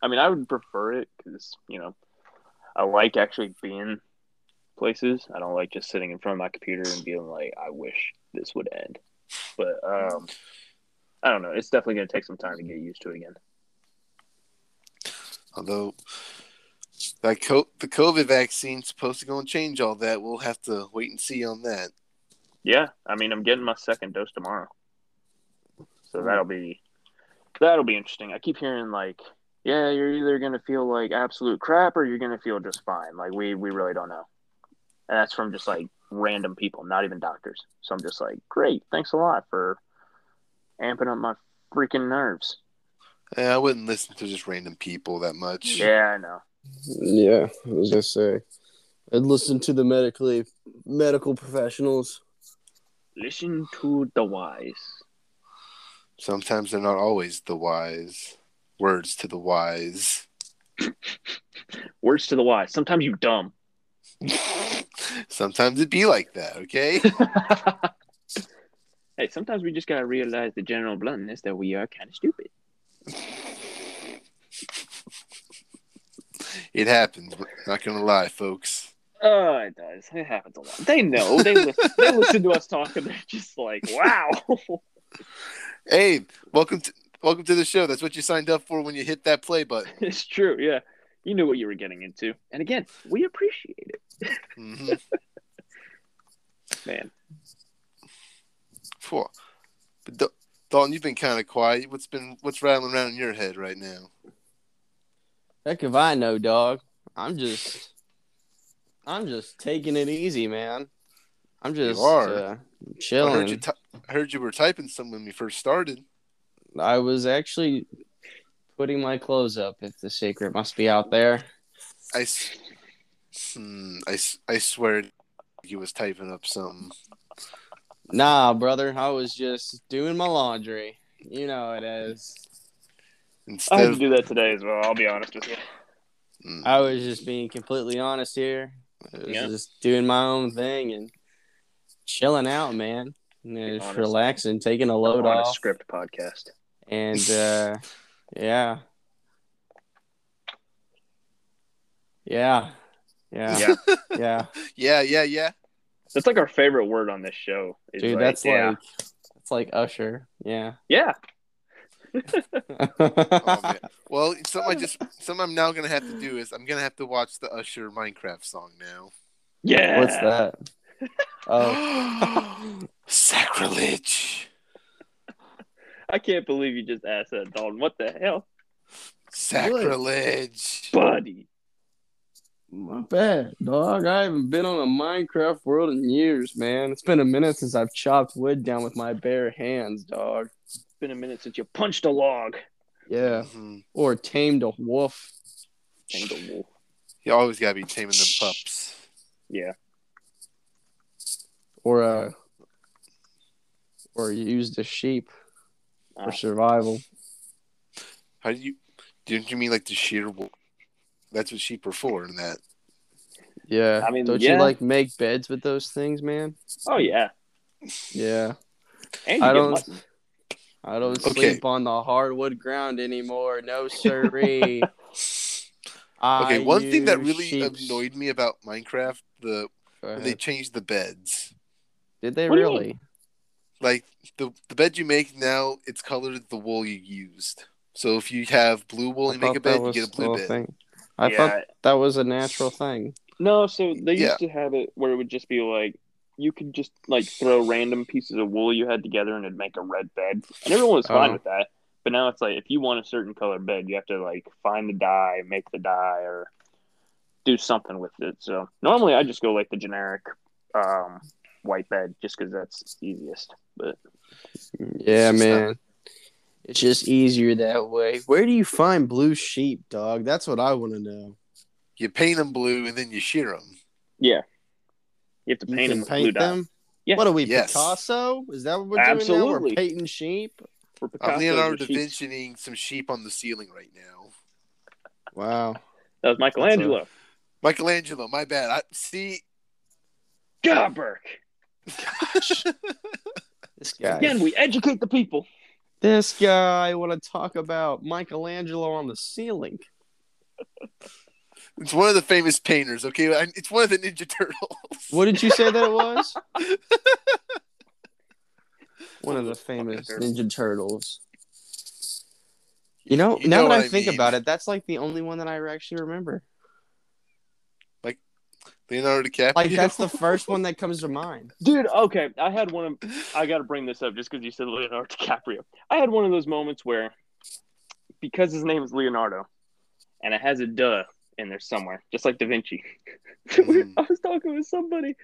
Speaker 2: I mean, I would prefer it because you know, I like actually being places. I don't like just sitting in front of my computer and being like, "I wish this would end." But um, I don't know. It's definitely going to take some time to get used to it again.
Speaker 1: Although, like co- the COVID vaccine's supposed to go and change all that. We'll have to wait and see on that.
Speaker 2: Yeah, I mean, I'm getting my second dose tomorrow, so that'll be that'll be interesting. I keep hearing like, "Yeah, you're either going to feel like absolute crap or you're going to feel just fine." Like we we really don't know. And that's from just like random people, not even doctors. So I'm just like, great, thanks a lot for amping up my freaking nerves.
Speaker 1: Eh, I wouldn't listen to just random people that much.
Speaker 2: Yeah, I know.
Speaker 3: Yeah, as I say, I'd listen to the medically medical professionals.
Speaker 2: Listen to the wise.
Speaker 1: Sometimes they're not always the wise. Words to the wise.
Speaker 2: Words to the wise. Sometimes you dumb.
Speaker 1: Sometimes it be like that, okay?
Speaker 2: hey, sometimes we just gotta realize the general bluntness that we are kind of stupid.
Speaker 1: it happens. but Not gonna lie, folks.
Speaker 2: Oh, it does. It happens a lot. They know. They listen. they listen to us talk, and they're just like, "Wow."
Speaker 1: Hey, welcome to welcome to the show. That's what you signed up for when you hit that play button.
Speaker 2: it's true. Yeah, you knew what you were getting into, and again, we appreciate it,
Speaker 1: hmm
Speaker 2: man.
Speaker 1: Phew. But Dal- Dalton, you've been kind of quiet. What's been what's rattling around in your head right now?
Speaker 3: Heck if I know, dog. I'm just, I'm just taking it easy, man. I'm just
Speaker 1: are.
Speaker 3: Uh,
Speaker 1: I
Speaker 3: chilling.
Speaker 1: heard you. T- I heard you were typing some when we first started.
Speaker 3: I was actually putting my clothes up. If the secret must be out there.
Speaker 1: I, s- hmm, I, s- I swear he was typing up something.
Speaker 3: Nah, brother, I was just doing my laundry. You know it is.
Speaker 2: I
Speaker 1: Instead
Speaker 2: had to
Speaker 1: of,
Speaker 2: do that today as well. I'll be honest with you.
Speaker 1: Hmm.
Speaker 3: I was just being completely honest here. I was
Speaker 2: Yeah.
Speaker 3: just doing my own thing and chilling out, man. And
Speaker 2: Be
Speaker 3: just
Speaker 2: honest.
Speaker 3: relaxing, taking a
Speaker 2: On
Speaker 3: load
Speaker 2: a
Speaker 3: off.
Speaker 2: script podcast.
Speaker 3: And uh yeah. Yeah.
Speaker 2: Yeah,
Speaker 3: Yeah. Yeah.
Speaker 1: yeah, yeah, yeah.
Speaker 2: that's like our favorite word on this show. It's
Speaker 3: Dude,
Speaker 2: like,
Speaker 3: that's
Speaker 2: yeah.
Speaker 3: like that's like Usher. Yeah.
Speaker 2: yeah.
Speaker 1: Oh, man. Well, it's something I just something I'm now gonna have to do is I'm gonna have to watch the Usher Minecraft song now.
Speaker 2: Yeah.
Speaker 3: What's that? Oh,
Speaker 1: sacrilege,
Speaker 2: I can't believe you just asked that, Dalton. What the hell,
Speaker 1: sacrilege.
Speaker 2: buddy?
Speaker 3: My bad, dog. I haven't been on a Minecraft world in years, man. It's been a minute since I've chopped wood down with my bare hands, dog.
Speaker 2: It's been a minute since you punched a log.
Speaker 3: Yeah,
Speaker 1: Mhm.
Speaker 3: or tamed a wolf.
Speaker 2: Tangle wolf.
Speaker 1: You always gotta be taming them pups.
Speaker 2: Yeah.
Speaker 3: or uh, or used a sheep
Speaker 2: Ah.
Speaker 3: for survival.
Speaker 1: How do you? Didn't you mean like the sheer? wa- That's what sheep are for, and that.
Speaker 3: Yeah,
Speaker 2: I mean,
Speaker 3: don't
Speaker 2: yeah.
Speaker 3: you like make beds with those things, man?
Speaker 2: Oh yeah.
Speaker 3: Yeah,
Speaker 2: And
Speaker 3: I
Speaker 2: you get
Speaker 3: don't-
Speaker 2: mutton.
Speaker 3: I don't
Speaker 1: Okay.
Speaker 3: sleep on the hardwood ground anymore. No siree.
Speaker 1: Okay,
Speaker 3: I
Speaker 1: one thing that
Speaker 3: use
Speaker 1: really
Speaker 3: sheep's-
Speaker 1: annoyed me about Minecraft, the
Speaker 3: Go
Speaker 1: when
Speaker 3: ahead.
Speaker 1: they changed the beds.
Speaker 3: Did they
Speaker 2: What do you mean?
Speaker 3: really?
Speaker 1: Like the the bed you make now, it's colored with the wool you used. So if you have blue wool and you
Speaker 3: I
Speaker 1: make a
Speaker 3: thought that
Speaker 1: bed, you
Speaker 3: was
Speaker 1: get a
Speaker 3: still
Speaker 1: blue
Speaker 3: a
Speaker 1: bed.
Speaker 3: Thing. I
Speaker 2: yeah.
Speaker 3: thought that was a natural thing.
Speaker 2: No, so they used
Speaker 1: Yeah.
Speaker 2: to have it where it would just be like you could just like throw random pieces of wool you had together and it'd make a red bed, and everyone was fine
Speaker 3: Oh.
Speaker 2: with that. But now it's like if you want a certain color bed, you have to like find the dye, make the dye, or do something with it. So normally I just go like the generic um, white bed just because that's easiest. But
Speaker 3: Yeah,
Speaker 1: It's just
Speaker 3: man. It's just easier that way. Where do you find blue sheep, dog? That's what I want to know.
Speaker 1: You paint them blue and then you shear them.
Speaker 2: yeah, you have to
Speaker 3: You
Speaker 2: paint them
Speaker 3: can
Speaker 2: with blue
Speaker 3: paint
Speaker 2: dye.
Speaker 3: them.
Speaker 2: Yeah.
Speaker 3: What are we,
Speaker 1: Yes.
Speaker 3: Picasso? Is that what we're doing now? We're
Speaker 2: Absolutely.
Speaker 3: painting sheep.
Speaker 2: For
Speaker 1: I'm
Speaker 2: Picasso's,
Speaker 1: Leonardo
Speaker 2: the
Speaker 1: da
Speaker 2: sheep-
Speaker 1: Vinci some sheep on the ceiling right now.
Speaker 3: Wow.
Speaker 2: That was Michelangelo.
Speaker 1: Michelangelo, my bad. I see.
Speaker 2: God, Burke.
Speaker 3: This guy.
Speaker 2: Again, we educate the people.
Speaker 3: This guy want to talk about Michelangelo on the ceiling.
Speaker 1: It's one of the famous painters. Okay, I- it's one of the Ninja Turtles.
Speaker 3: What did you say that it was? One of the famous Ninja Turtles. You know,
Speaker 1: You
Speaker 3: now
Speaker 1: know
Speaker 3: that
Speaker 1: what
Speaker 3: I
Speaker 1: I
Speaker 3: think
Speaker 1: mean.
Speaker 3: about it, that's like the only one that I actually remember.
Speaker 1: Leonardo DiCaprio.
Speaker 3: Like that's the first one that comes to mind.
Speaker 2: Dude, okay, I had one of I got to bring this up just because you said Leonardo DiCaprio. I had one of those moments where, because his name is Leonardo, and it has a duh in there somewhere, just like Da Vinci.
Speaker 1: Mhm.
Speaker 2: I was talking with somebody,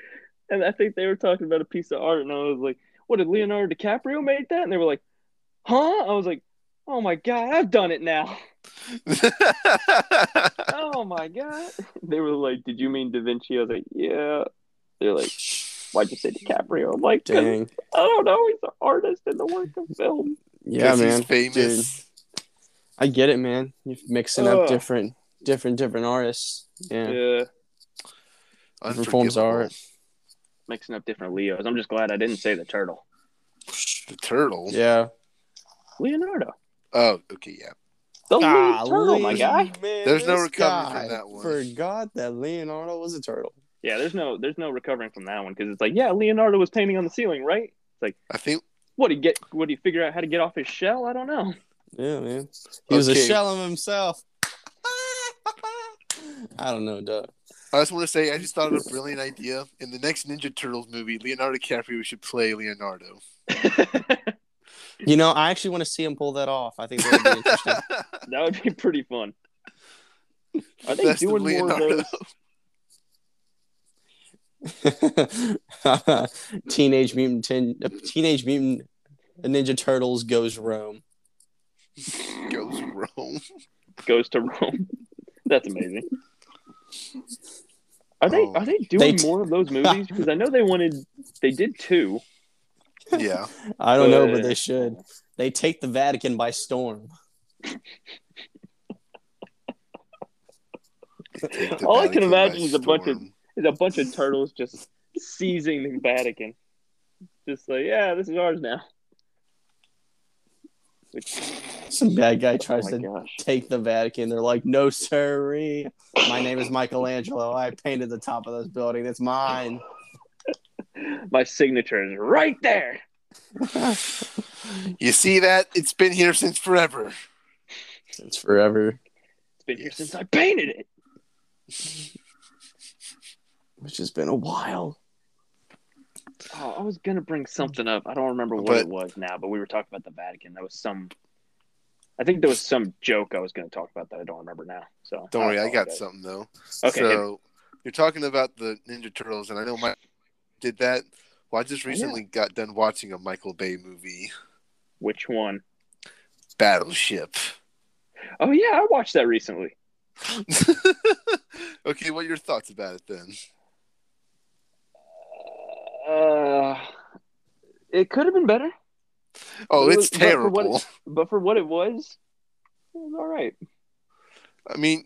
Speaker 2: and I think they were talking about a piece of art, and I was like, "What did Leonardo DiCaprio make that?" And they were like, "Huh?" I was like, "Oh my god, I've done it now." oh my god. They were like, "Did you mean Da Vinci?" I was like, "Yeah." They're like, "Why'd you say DiCaprio?" I'm like, "'Cause
Speaker 3: Dang.
Speaker 2: I don't know. He's an artist in the work of film.
Speaker 3: Yeah,
Speaker 1: 'Cause he's
Speaker 3: man.
Speaker 1: famous.
Speaker 3: I get it, man. You're mixing up
Speaker 2: Ugh.
Speaker 3: different, different, different artists. Yeah.
Speaker 2: Yeah.
Speaker 3: Performs art.
Speaker 2: Mixing up different Leos. I'm just glad I didn't say the turtle.
Speaker 1: The turtle.
Speaker 3: Yeah.
Speaker 2: Leonardo.
Speaker 1: Oh, okay, yeah.
Speaker 2: The
Speaker 1: Ah,
Speaker 2: little turtle, my
Speaker 3: Golly,
Speaker 2: guy.
Speaker 3: man,
Speaker 1: There's no
Speaker 3: this
Speaker 1: recovery from
Speaker 3: guy
Speaker 1: that one.
Speaker 3: Forgot that Leonardo was a turtle.
Speaker 2: Yeah, there's no there's no recovering from that one because it's like, yeah, Leonardo was painting on the ceiling, right?
Speaker 1: I think
Speaker 2: What he get what he figure out how to get off his shell? I don't know.
Speaker 3: Yeah, man. He was a
Speaker 1: Okay.
Speaker 3: shell of himself. I don't know, Doug.
Speaker 1: I just want to say I just thought of a brilliant idea. In the next Ninja Turtles movie, Leonardo DiCaprio should play Leonardo.
Speaker 2: that
Speaker 3: You know, I actually want to see him pull that off. I think that would be interesting.
Speaker 2: would be pretty fun. Are they
Speaker 1: That's the
Speaker 2: doing more of
Speaker 1: Leonardo.
Speaker 2: those?
Speaker 3: Teenage Mutant Tin- Teenage Mutant Ninja Turtles goes Rome.
Speaker 1: Goes wrong.
Speaker 2: Goes to Rome. That's amazing. Are they
Speaker 1: Oh.
Speaker 2: are they doing
Speaker 3: They t-
Speaker 2: more of those movies? Because I know they wanted they did two.
Speaker 1: Yeah.
Speaker 3: I don't know,
Speaker 2: Uh,
Speaker 3: but they should. They take the Vatican by storm.
Speaker 1: Take the
Speaker 2: All I
Speaker 1: Vatican
Speaker 2: can
Speaker 1: by
Speaker 2: imagine is a bunch of-
Speaker 1: storm.
Speaker 2: There's a bunch of turtles just seizing the Vatican. Just like, yeah, this is ours now. Which,
Speaker 3: Some bad guy tries
Speaker 2: oh my
Speaker 3: to
Speaker 2: gosh.
Speaker 3: take the Vatican. They're like, no, sirree. My name is Michelangelo. I painted the top of this building. It's mine.
Speaker 2: My signature is right there.
Speaker 1: You see that? It's been here since forever.
Speaker 3: It's forever.
Speaker 2: It's been here since I painted it.
Speaker 3: Which has been a while.
Speaker 2: Oh, I was gonna bring something up. I don't remember what
Speaker 1: But-
Speaker 2: it was now, but we were talking about the Vatican. There was some I think there was some joke I was gonna talk about that I don't remember now. So
Speaker 1: Don't worry, I got
Speaker 2: apologize.
Speaker 1: something though.
Speaker 2: Okay.
Speaker 1: So you're talking about the Ninja Turtles, and I know Mike did that. Well, I just
Speaker 2: I know.
Speaker 1: recently got done watching a Michael Bay movie,
Speaker 2: Which one?
Speaker 1: Battleship.
Speaker 2: Oh yeah, I watched that recently.
Speaker 1: Okay, what are your thoughts about it then?
Speaker 2: Uh, it could have been better,
Speaker 1: Oh,
Speaker 2: It
Speaker 1: it's
Speaker 2: was- but for
Speaker 1: terrible.
Speaker 2: what but for what it was, it was all right.
Speaker 1: I mean,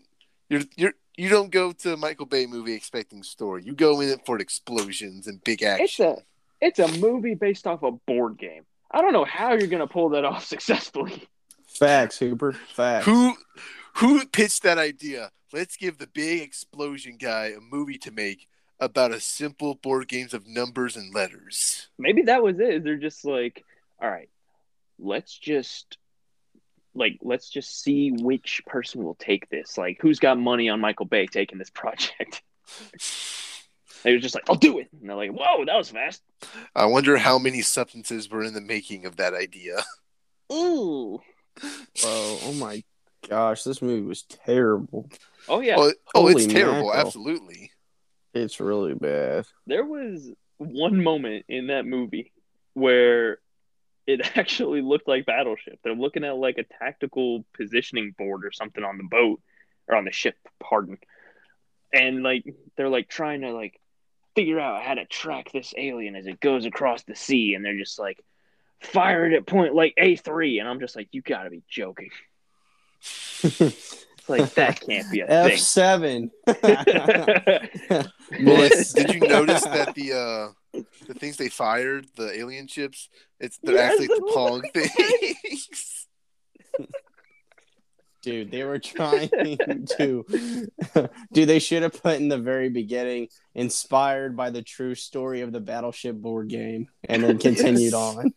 Speaker 1: you're you're you don't go to a Michael Bay movie expecting story. You go in it for explosions and big
Speaker 2: It's
Speaker 1: action.
Speaker 2: a it's a movie based off a board game. I don't know how you're gonna pull that off successfully.
Speaker 3: Facts, Hooper. Facts.
Speaker 1: who who pitched that idea? Let's give the big explosion guy a movie to make about a simple board games of numbers and letters.
Speaker 2: Maybe that was it. They're just like, all right, let's just like let's just see which person will take this. Like, who's got money on Michael Bay taking this project? They were just like, I'll do it. And they're like, whoa, that was fast.
Speaker 1: I wonder how many substances were in the making of that idea.
Speaker 2: Ooh.
Speaker 3: Bro, oh my gosh, this movie was terrible.
Speaker 2: Oh yeah.
Speaker 1: Oh, oh it's
Speaker 3: Holy
Speaker 1: terrible,
Speaker 3: mackerel.
Speaker 1: absolutely.
Speaker 3: It's really bad.
Speaker 2: there was one moment in that movie where it actually looked like battleship they're looking at like a tactical positioning board or something on the boat or on the ship pardon and like they're like trying to like figure out how to track this alien as it goes across the sea and they're just like fire it at point like a3 and i'm just like you gotta be joking it's like that can't be a
Speaker 3: F seven.
Speaker 2: thing
Speaker 1: Well, it's- did you notice that the uh the things they fired, the alien chips, it's they're
Speaker 2: Yes,
Speaker 1: actually
Speaker 2: I
Speaker 1: the Pong things.
Speaker 3: Dude, they were trying to. Dude, they should have put in the very beginning, inspired by the true story of the Battleship board game, and then continued
Speaker 1: Yes.
Speaker 3: on.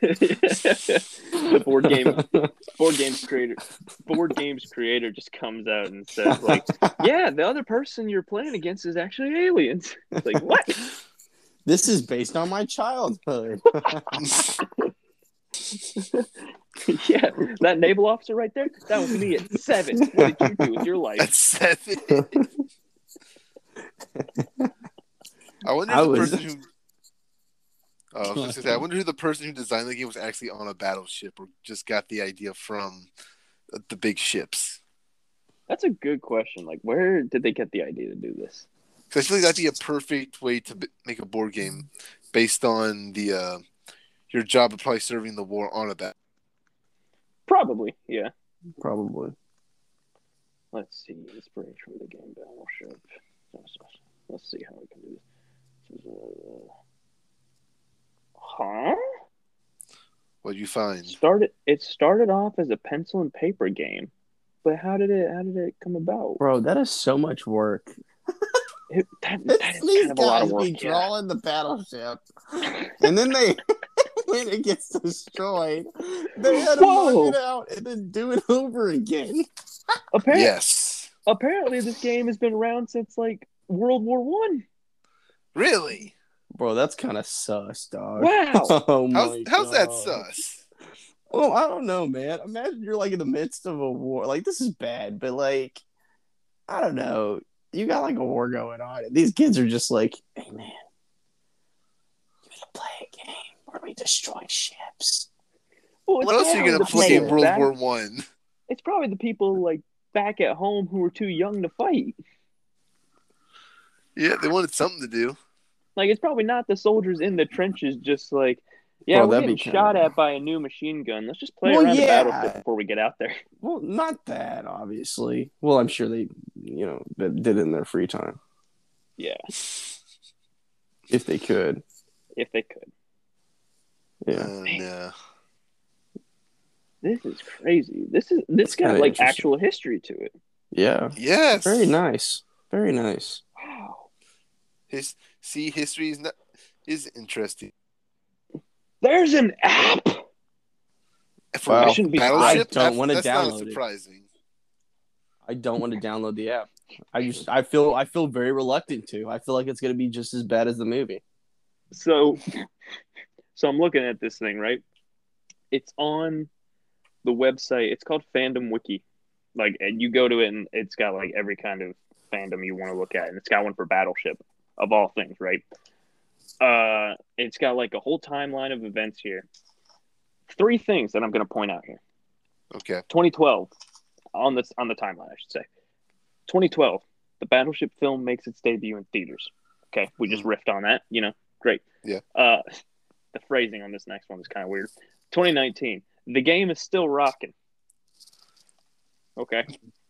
Speaker 2: the board game board games creator board games creator just comes out and says like yeah the other person you're playing against is actually aliens it's like what
Speaker 3: This is based on my childhood.
Speaker 2: yeah that naval officer right there that was me at seven what did you do with your life
Speaker 1: That's seven. I wonder if
Speaker 3: I
Speaker 1: the
Speaker 3: was-
Speaker 1: person who. Oh, I, was just gonna say, I wonder who the person who designed the game was actually on a battleship or just got the idea from the big ships.
Speaker 2: that's a good question like where did they get the idea to do this
Speaker 1: Because I feel like that'd be a perfect way to b- make a board game based on the uh, your job of probably serving the war on a bat.
Speaker 2: probably yeah
Speaker 3: Probably.
Speaker 2: let's see inspiration for the game battleship let's see how we can do this uh, huh
Speaker 1: What do you find?
Speaker 2: started it started off as a pencil and paper game but how did it how did it come about
Speaker 3: Bro, that is so much work.
Speaker 2: it, that,
Speaker 3: These
Speaker 2: that is kind of a lot of
Speaker 3: guys
Speaker 2: work
Speaker 3: be
Speaker 2: yeah.
Speaker 3: drawing the battleship, and then they when it gets destroyed, they had to
Speaker 2: Whoa.
Speaker 3: mark it out and then do it over again.
Speaker 2: apparently,
Speaker 1: Yes.
Speaker 2: apparently this game has been around since like world war one
Speaker 1: Really?
Speaker 3: Bro, that's kind of sus, dog.
Speaker 2: wow
Speaker 3: Oh
Speaker 1: How's,
Speaker 3: my
Speaker 1: how's that
Speaker 3: God.
Speaker 1: sus?
Speaker 3: Well, I don't know, man. Imagine you're like in the midst of a war. Like this is bad, but like I don't know. You got like a war going on. And these kids are just like, hey man, you gotta play a game where we destroy ships.
Speaker 2: Well, it's
Speaker 1: What else are
Speaker 2: probably
Speaker 1: you gonna
Speaker 2: the
Speaker 1: play
Speaker 2: people
Speaker 1: in World
Speaker 2: back-
Speaker 1: War One?
Speaker 2: it's probably the people like back at home who were too young to fight
Speaker 1: Yeah, they wanted something to do.
Speaker 2: like it's probably not the soldiers in the trenches just like yeah,
Speaker 3: Bro,
Speaker 2: we're
Speaker 3: that'd
Speaker 2: getting
Speaker 3: be kinda-
Speaker 2: shot at by a new machine gun. Let's just play
Speaker 3: Well,
Speaker 2: around
Speaker 3: yeah.
Speaker 2: the battlefield before we get out there.
Speaker 3: Well, not that obviously. Well, I'm sure they, you know, that did it in their free time
Speaker 2: Yeah,
Speaker 3: if they could.
Speaker 2: if they could.
Speaker 3: Yeah.
Speaker 1: Oh,
Speaker 2: Dang.
Speaker 1: no.
Speaker 2: This is crazy. This is this
Speaker 3: It's
Speaker 2: got
Speaker 3: kinda
Speaker 2: like
Speaker 3: interesting.
Speaker 2: actual history to it.
Speaker 3: Yeah.
Speaker 1: Yes.
Speaker 3: Very nice. Very nice.
Speaker 2: Wow.
Speaker 1: His, see, history is not is interesting.
Speaker 2: There's an app.
Speaker 1: For
Speaker 3: Wow. I
Speaker 2: shouldn't be-
Speaker 1: Battleship,
Speaker 3: I don't
Speaker 1: that's-
Speaker 3: wanna
Speaker 1: that's
Speaker 3: download
Speaker 1: not
Speaker 3: it.
Speaker 1: surprising.
Speaker 3: I don't want to download the app. I just I feel I feel very reluctant to. I feel like it's gonna be just as bad as the movie.
Speaker 2: So so I'm looking at this thing, right? It's on the website. It's called Fandom Wiki. Like and you go to it and it's got like every kind of fandom you want to look at and it's got one for Battleship of all things, right? Uh it's got like a whole timeline of events here. Three things that I'm going to point out here.
Speaker 1: Okay.
Speaker 2: 2012 on this on the timeline, I should say. 2012, the Battleship film makes its debut in theaters. Okay, we just riffed on that. You know, great.
Speaker 1: Yeah.
Speaker 2: Uh, the phrasing on this next one is kind of weird. 2019, the game is still rocking. Okay.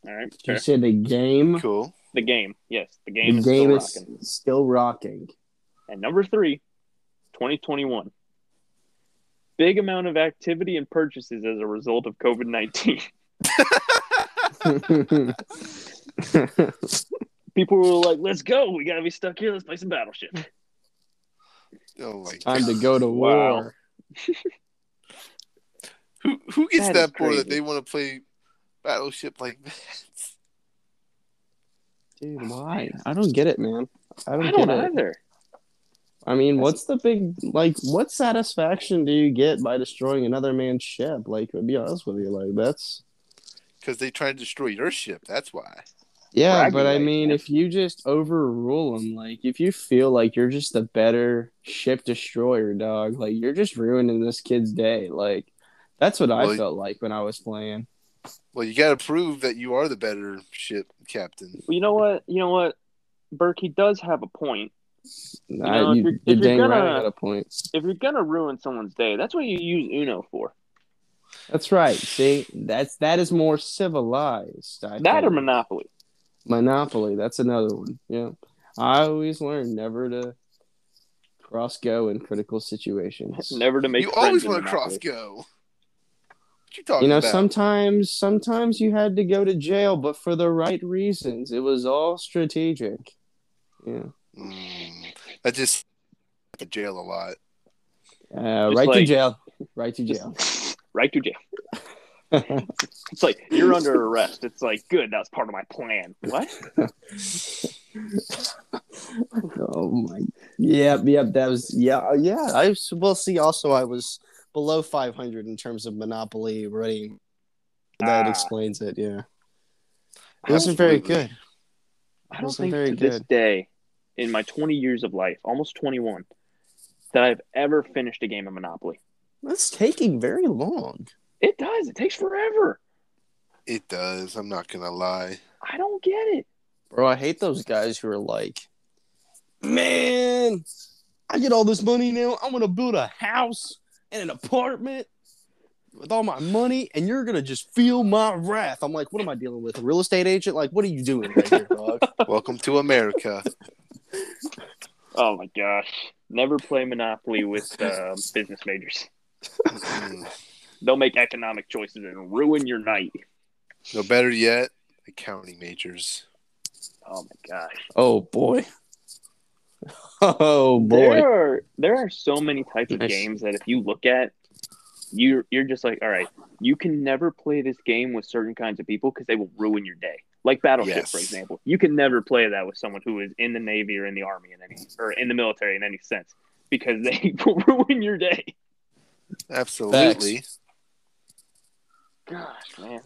Speaker 2: All right.
Speaker 3: You
Speaker 2: Sure.
Speaker 3: said the game.
Speaker 1: Cool.
Speaker 2: The game. Yes, the game
Speaker 3: The
Speaker 2: is
Speaker 3: game
Speaker 2: still
Speaker 3: is
Speaker 2: rocking.
Speaker 3: still rocking.
Speaker 2: And number three, 2021. Big amount of activity and purchases as a result of COVID 19. People were like, let's go. We got to be stuck here. Let's play some Battleship.
Speaker 1: Oh my
Speaker 3: Time to go to
Speaker 2: Wow.
Speaker 3: war.
Speaker 1: Who who gets
Speaker 2: That
Speaker 1: that,
Speaker 2: is
Speaker 1: board that
Speaker 2: crazy.
Speaker 1: they want to play Battleship like that?
Speaker 3: Dude, why? I don't get it, man. I don't,
Speaker 2: I don't
Speaker 3: get it.
Speaker 2: either.
Speaker 3: I mean, what's the big like? What satisfaction do you get by destroying another man's ship? Like, to be honest with you, like that's
Speaker 1: Because they try to destroy your ship. That's why.
Speaker 3: yeah.
Speaker 2: Bragging
Speaker 3: but I
Speaker 2: rights,
Speaker 3: mean,
Speaker 2: man.
Speaker 3: if you just overrule them, like if you feel like you're just a better ship destroyer, dog, like you're just ruining this kid's day. Like that's what I
Speaker 1: Well,
Speaker 3: felt like when I was playing.
Speaker 1: Well, you got to prove that you are the better ship captain.
Speaker 2: Well, you know what? You know what? Burke, he does have a point.
Speaker 3: Nah,
Speaker 2: know, if you're-
Speaker 3: you, you're,
Speaker 2: if you're
Speaker 3: dang
Speaker 2: gonna-
Speaker 3: right at a point.
Speaker 2: If you're going to ruin someone's day, that's what you use Uno for.
Speaker 3: That's right. See, that's that is more civilized. I
Speaker 2: That or
Speaker 3: think.
Speaker 2: Monopoly.
Speaker 3: Monopoly. That's another one. Yeah. I always learn never to cross go in critical situations.
Speaker 2: Never to make
Speaker 1: you
Speaker 2: friends
Speaker 1: always
Speaker 2: in
Speaker 1: want to
Speaker 2: Monopoly.
Speaker 1: cross go. What you talking
Speaker 3: You know,
Speaker 1: about?
Speaker 3: sometimes sometimes you had to go to jail, but for the right reasons. It was all strategic. Yeah.
Speaker 1: Mm, I just to jail a lot.
Speaker 3: Uh,
Speaker 2: Just
Speaker 3: right to
Speaker 2: like-
Speaker 3: jail. Right to jail.
Speaker 2: Just right to jail. It's like you're under arrest. It's like good. That was part of my plan. What?
Speaker 3: oh my. Yep, yep. That was yeah, uh, yeah. I s- will see. Also, I was below 500 in terms of Monopoly rating. That
Speaker 2: Ah.
Speaker 3: explains it. Yeah, it wasn't very
Speaker 1: Absolutely.
Speaker 3: good.
Speaker 2: I don't
Speaker 3: Wasn't
Speaker 2: think
Speaker 3: very
Speaker 2: to this
Speaker 3: good.
Speaker 2: day, in my 20 years of life, almost 21, that I've ever finished a game of Monopoly.
Speaker 3: That's taking very long.
Speaker 2: It does. It takes forever.
Speaker 1: It does. I'm not gonna lie.
Speaker 2: I don't get it.
Speaker 3: Bro, I hate those guys who are like, man, I get all this money now. I'm going to build a house and an apartment with all my money, and you're going to just feel my wrath. I'm like, what am I dealing with? A real estate agent? Like, what are you doing right here, dog?
Speaker 1: Welcome to America.
Speaker 2: Oh my gosh. Never play Monopoly with uh, business majors.
Speaker 1: Mm,
Speaker 2: They'll make economic choices and ruin your night.
Speaker 1: no better yet, accounting majors.
Speaker 2: Oh my gosh.
Speaker 3: oh, boy. Oh, boy.
Speaker 2: There are there are so many types of
Speaker 3: Nice.
Speaker 2: games that if you look at, you're you're just like, all right, you can never play this game with certain kinds of people because they will ruin your day. Like Battleship,
Speaker 1: Yes.
Speaker 2: for example, you can never play that with someone who is in the Navy or in the Army in any or in the military in any sense because they will ruin your day.
Speaker 1: Absolutely.
Speaker 2: Gosh, man.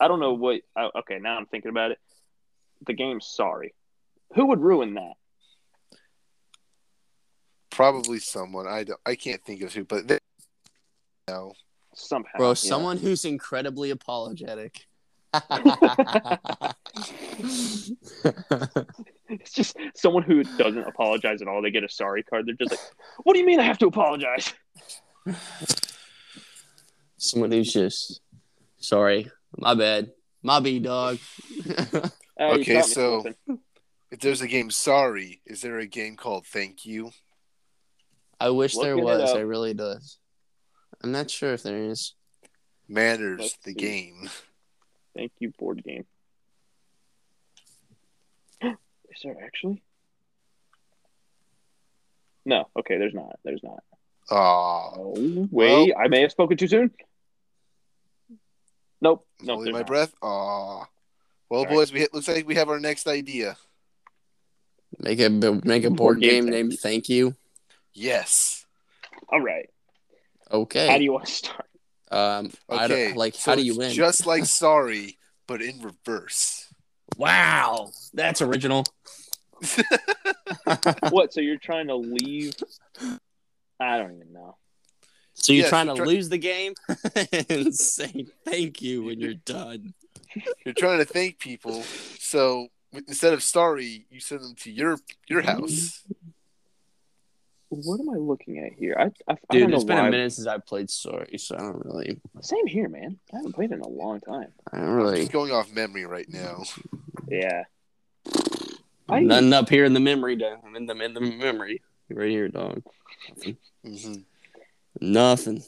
Speaker 2: I don't know what. I, okay, now I'm thinking about it. The game, sorry. Who would ruin that?
Speaker 1: Probably someone. I don't, I can't think of who, but they, no.
Speaker 2: Somehow,
Speaker 3: Bro,
Speaker 2: yeah.
Speaker 3: someone who's incredibly apologetic.
Speaker 2: It's just someone who doesn't apologize at all. They get a sorry card. They're just like, "What do you mean I have to apologize?"
Speaker 3: Someone who's just sorry, my bad, my b dog.
Speaker 2: Uh, you
Speaker 1: Okay,
Speaker 2: taught me
Speaker 1: so-
Speaker 2: something.
Speaker 1: If there's a game, sorry. Is there a game called Thank You?
Speaker 3: I wish there
Speaker 2: Looking it
Speaker 3: was.
Speaker 2: up.
Speaker 3: I really does. I'm not sure if there is.
Speaker 1: Manners,
Speaker 2: Let's
Speaker 1: the
Speaker 2: see.
Speaker 1: game.
Speaker 2: thank you, board game. Is there actually? No. Okay, there's not. There's not.
Speaker 1: Oh,
Speaker 2: Oh wait,
Speaker 1: Well-
Speaker 2: I may have spoken too soon. Nope. Nope.
Speaker 1: holding
Speaker 2: there's
Speaker 1: my
Speaker 2: not.
Speaker 1: breath. Aw. Well,
Speaker 2: Sorry.
Speaker 1: boys, we hit, looks like we have our next idea.
Speaker 3: Make a make a board game named Thank You.
Speaker 1: Yes.
Speaker 2: All right. How do
Speaker 3: Okay.
Speaker 2: you want to start?
Speaker 3: Um. I
Speaker 1: Okay.
Speaker 3: don't, like,
Speaker 1: so
Speaker 3: how do you
Speaker 1: it's
Speaker 3: win?
Speaker 1: Just like sorry, but in reverse.
Speaker 3: Wow, that's original.
Speaker 2: what? So you're trying to leave? I don't even know.
Speaker 3: So you're
Speaker 1: Yes,
Speaker 3: trying to
Speaker 1: you're try-
Speaker 3: lose the game and say thank you when you're done.
Speaker 1: You're trying to thank people, so instead of sorry, you send them to your your house.
Speaker 2: What am I looking at here? I, I, I don't
Speaker 3: Dude,
Speaker 2: know
Speaker 3: it's been
Speaker 2: why.
Speaker 3: a minute since I played Sorry, so I don't really,
Speaker 2: Same here, man. I haven't played in a long time.
Speaker 3: I don't
Speaker 1: I'm
Speaker 3: really.
Speaker 1: just going off memory right now.
Speaker 2: Yeah. I,
Speaker 3: Nothing up here in the memory. Down. I'm in the in the memory right here, dog.
Speaker 1: hmm
Speaker 3: Nothing.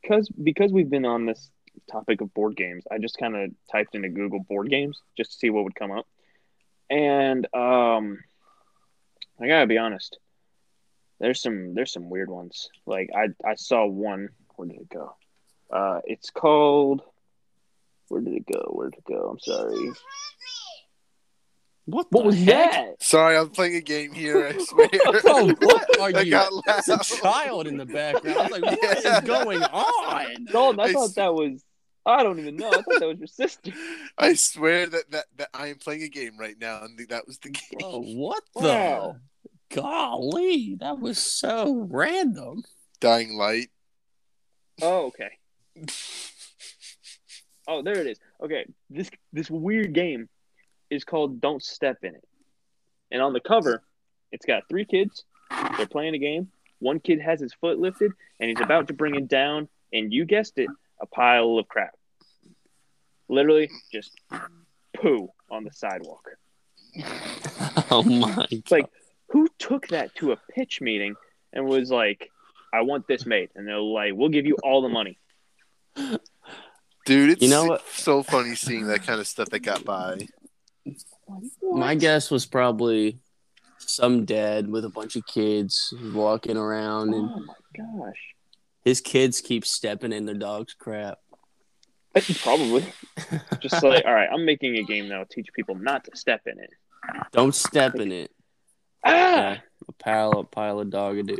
Speaker 2: because because we've been on this topic of board games, I just kind of typed into Google board games just to see what would come up, and um, I gotta be honest, there's some there's some weird ones. Like I I saw one. Where did it go? Uh, it's called. Where did it go? Where did it go? I'm sorry.
Speaker 3: What?
Speaker 2: What
Speaker 3: the
Speaker 2: was
Speaker 3: heck?
Speaker 2: that?
Speaker 1: Sorry, I'm playing a game here. I swear.
Speaker 3: Oh, what are
Speaker 1: that
Speaker 3: you?
Speaker 1: got
Speaker 3: There's a
Speaker 1: loud.
Speaker 3: child in the background. I was like, what is
Speaker 1: Yeah.
Speaker 3: going on?
Speaker 2: Dalton, I
Speaker 1: I
Speaker 2: thought
Speaker 1: s-
Speaker 2: that was. I don't even know. I thought that was your sister.
Speaker 1: I swear that, that that I am playing a game right now, and that was the game.
Speaker 3: Bro, what the?
Speaker 2: Wow.
Speaker 3: Golly, that was so random.
Speaker 1: Dying Light.
Speaker 2: Oh, okay. Oh, there it is. Okay, this this weird game is called Don't Step in It, and on the cover, it's got three kids. They're playing a game. One kid has his foot lifted, and he's about to bring it down, and you guessed it, a pile of crap. Literally, just poo on the sidewalk.
Speaker 3: Oh my!
Speaker 2: It's like, who took that to a pitch meeting and was like, "I want this made," and they're like, "We'll give you all the money."
Speaker 1: Dude, it's
Speaker 3: You know
Speaker 1: si-
Speaker 3: what?
Speaker 1: so funny seeing that kind of stuff that got by.
Speaker 3: My guess was probably some dad with a bunch of kids walking around, and
Speaker 2: Oh my gosh.
Speaker 3: his kids keep stepping in their dog's crap.
Speaker 2: Probably. Just like, all right, I'm making a game that'll teach people not to step in it.
Speaker 3: Don't step in it.
Speaker 2: Ah,
Speaker 3: A pile of pile of dog do.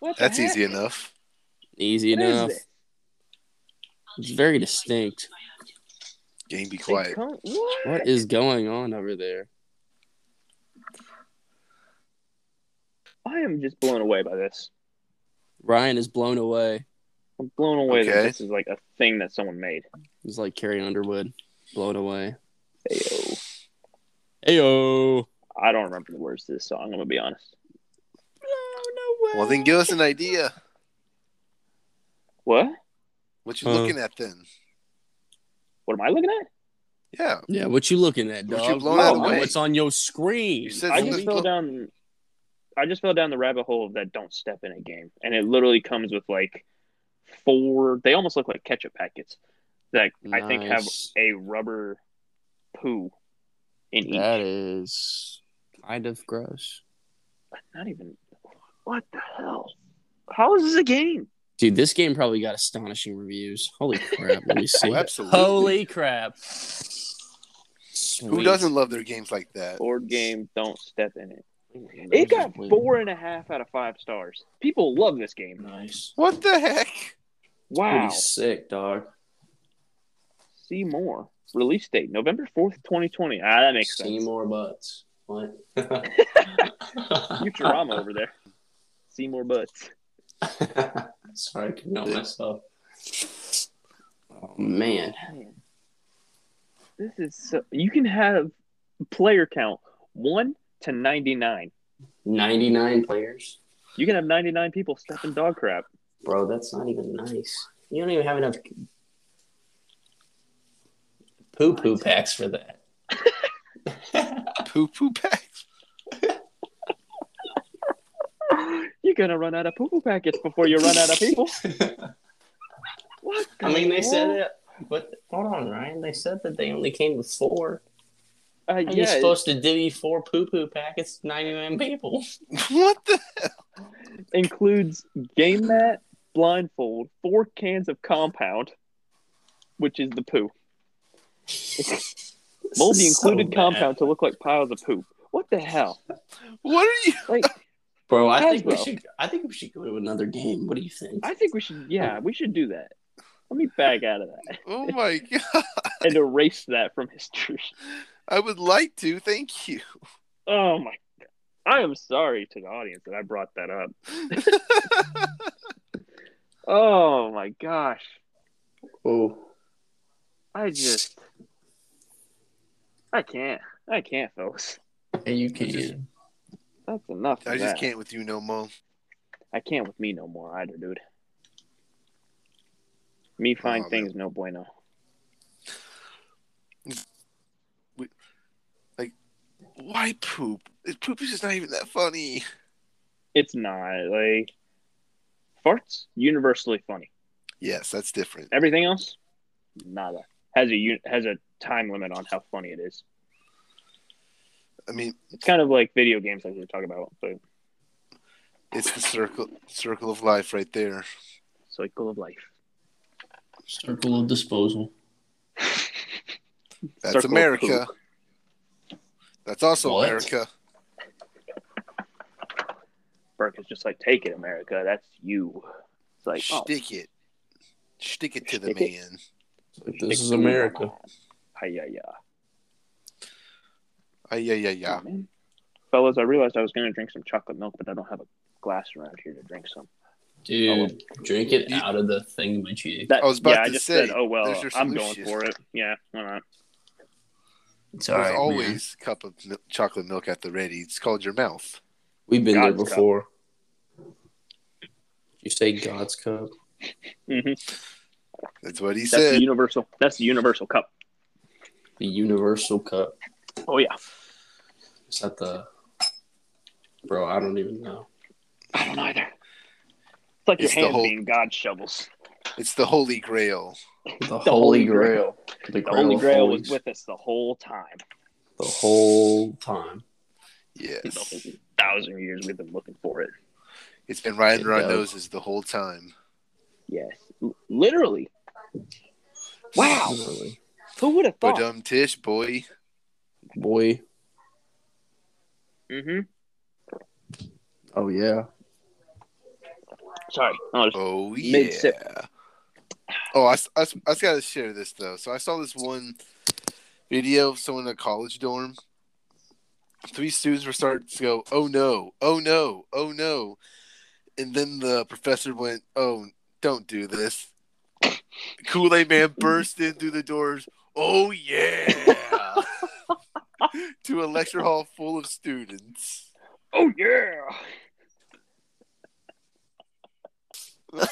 Speaker 2: what the
Speaker 1: That's
Speaker 2: heck?
Speaker 1: easy enough.
Speaker 3: Easy
Speaker 2: What is
Speaker 3: enough.
Speaker 2: this?
Speaker 3: It's very distinct.
Speaker 1: Game be
Speaker 2: They
Speaker 1: quiet.
Speaker 2: come- what?
Speaker 3: What is going on over there?
Speaker 2: I am just blown away by this.
Speaker 3: Ryan is blown away.
Speaker 2: I'm blown away that
Speaker 1: Okay.
Speaker 2: this is like a thing that someone made.
Speaker 3: It's like Carrie Underwood, blown away.
Speaker 2: Ayo.
Speaker 3: Ayo.
Speaker 2: I don't remember the words to this song. I'm gonna be honest.
Speaker 1: Well, then give us an idea.
Speaker 2: What?
Speaker 1: What you
Speaker 3: Uh.
Speaker 1: looking at then?
Speaker 2: What am I looking at?
Speaker 1: Yeah.
Speaker 3: Yeah, what you looking at,
Speaker 1: What
Speaker 3: dog?
Speaker 1: you blowing out
Speaker 3: Oh,
Speaker 1: away?
Speaker 3: What's on your screen?
Speaker 1: You said
Speaker 2: I
Speaker 1: something
Speaker 2: just
Speaker 1: blo-
Speaker 2: fell down. I just fell down the rabbit hole of that "Don't Step in a Game," and it literally comes with like four. They almost look like ketchup packets that I think have
Speaker 3: Nice.
Speaker 2: a rubber poo in each.
Speaker 3: That is kind of gross.
Speaker 2: Not even. What the hell? How is this a game?
Speaker 3: Dude, this game probably got astonishing reviews. Holy crap. Let me see.
Speaker 1: Oh, absolutely.
Speaker 3: Holy crap.
Speaker 1: Who doesn't love their games like that?
Speaker 2: Board game. Don't step in it. It got four and a half out of five stars. People love this game.
Speaker 3: Nice.
Speaker 1: What the heck?
Speaker 2: Wow.
Speaker 3: sick, dog.
Speaker 2: See more. Release date November fourth, twenty twenty. Ah, that makes sense.
Speaker 3: more butts. What?
Speaker 2: Futurama over there. See more butts.
Speaker 3: Sorry, I couldn't help myself. Oh, man.
Speaker 2: Man. This is so. You can have player count one to ninety nine.
Speaker 3: 99 players?
Speaker 2: You can have ninety nine people stepping dog crap.
Speaker 3: Bro, that's not even nice. You don't even have enough poo poo packs for that.
Speaker 1: Poo poo packs.
Speaker 2: You're gonna run out of poo poo packets before you run out of people. What?
Speaker 3: I mean, they said
Speaker 2: it.
Speaker 3: it, but hold on, Ryan. They said that they only came with four.
Speaker 2: Uh,
Speaker 3: How you
Speaker 2: yeah,
Speaker 3: supposed to divvy four poo poo packets to 99 people?
Speaker 1: What the?
Speaker 2: it includes game mat, blindfold, four cans of compound, which is the poo. Moldy included compound to look like piles of poop. What the hell?
Speaker 1: What are you?
Speaker 2: Like,
Speaker 3: Bro, I think we
Speaker 2: Hasbro.
Speaker 3: should. I think we should go to another game. What do you think?
Speaker 2: I think we should. Yeah, we should do that. Let me back out of that
Speaker 1: Oh my god!
Speaker 2: and erase that from history.
Speaker 1: I would like to. Thank you.
Speaker 2: Oh my! I am sorry to the audience that I brought that up. Oh my gosh.
Speaker 3: Oh,
Speaker 2: I just I can't. I can't, folks.
Speaker 4: And you can.
Speaker 1: Just-
Speaker 2: That's enough.
Speaker 1: I
Speaker 2: of
Speaker 1: just
Speaker 2: that.
Speaker 1: can't with you no more.
Speaker 2: I can't with me no more either, dude. Me find
Speaker 1: Oh, man.
Speaker 2: things no bueno.
Speaker 1: Why poop? It- Poop is just not even that funny.
Speaker 2: It's not like farts universally funny.
Speaker 1: Yes, that's different.
Speaker 2: Everything else, nada. Has a un- has a time limit on how funny it is.
Speaker 1: I mean,
Speaker 2: It's kind of like video games, like we were talking about. The
Speaker 1: it's the circle circle of life right there.
Speaker 2: cycle of life.
Speaker 4: Circle of disposal.
Speaker 1: That's
Speaker 2: Circle of
Speaker 1: America.
Speaker 2: poop.
Speaker 1: That's also
Speaker 4: What?
Speaker 1: America.
Speaker 2: Burke is just like, take it, America. That's you. It's like, oh,
Speaker 1: Stick it. Stick it to the
Speaker 2: Stick it.
Speaker 1: man.
Speaker 4: Like, this is America.
Speaker 2: hi, yeah, yeah.
Speaker 1: Ah, yeah, yeah, yeah.
Speaker 2: man. Fellas, I realized I was going to drink some chocolate milk, but I don't have a glass around here to drink some.
Speaker 4: Dude, drink it
Speaker 1: You-
Speaker 4: out of the thing my cheek.
Speaker 2: That,
Speaker 1: I was about
Speaker 2: yeah, I
Speaker 1: to
Speaker 2: just
Speaker 1: say,
Speaker 2: said, oh, well,
Speaker 1: there's your
Speaker 2: I'm going
Speaker 1: solution.
Speaker 2: for it. Yeah, why not?
Speaker 4: It's
Speaker 1: There's
Speaker 4: alright,
Speaker 1: always
Speaker 4: man.
Speaker 1: a cup of mil- chocolate milk at the ready. It's called your mouth.
Speaker 4: We've been
Speaker 2: God's
Speaker 4: there
Speaker 2: cup.
Speaker 4: before. You say God's cup.
Speaker 2: hmm
Speaker 1: That's what he
Speaker 2: That's the
Speaker 1: said.
Speaker 2: universal. That's the universal cup.
Speaker 4: The universal cup.
Speaker 2: Oh, yeah.
Speaker 4: Is that the Bro, I don't even know.
Speaker 2: I don't either. It's like
Speaker 1: It's the
Speaker 2: your hands
Speaker 1: whole-
Speaker 2: being God shovels.
Speaker 1: it's the holy grail.
Speaker 4: The,
Speaker 2: Holy
Speaker 4: Holy
Speaker 2: Grail.
Speaker 4: Grail. The,
Speaker 2: The Holy
Speaker 4: of
Speaker 2: Grail
Speaker 4: Holies.
Speaker 2: was with us the whole time.
Speaker 4: the whole time.
Speaker 2: The
Speaker 1: Yes.
Speaker 2: whole thousand years we've been looking for it.
Speaker 1: It's been riding
Speaker 4: It
Speaker 1: our
Speaker 4: does.
Speaker 1: noses the whole time.
Speaker 2: Yes. L- literally. Wow.
Speaker 4: Literally.
Speaker 2: Who would have
Speaker 1: But
Speaker 2: thought?
Speaker 1: um, Tish, boy,
Speaker 4: Boy.
Speaker 2: Mm-hmm.
Speaker 4: Oh yeah.
Speaker 2: Sorry. I was-
Speaker 1: oh yeah.
Speaker 2: Mid-sip.
Speaker 1: Oh, I, s- I, s- I just gotta share this though. So I saw this one video of someone in a college dorm. Three students were starting to go, "Oh no, oh no, oh no," and then the professor went, "Oh, don't do this." Kool Aid Man burst in through the doors. Oh yeah! to a lecture hall full of students.
Speaker 2: Oh, yeah.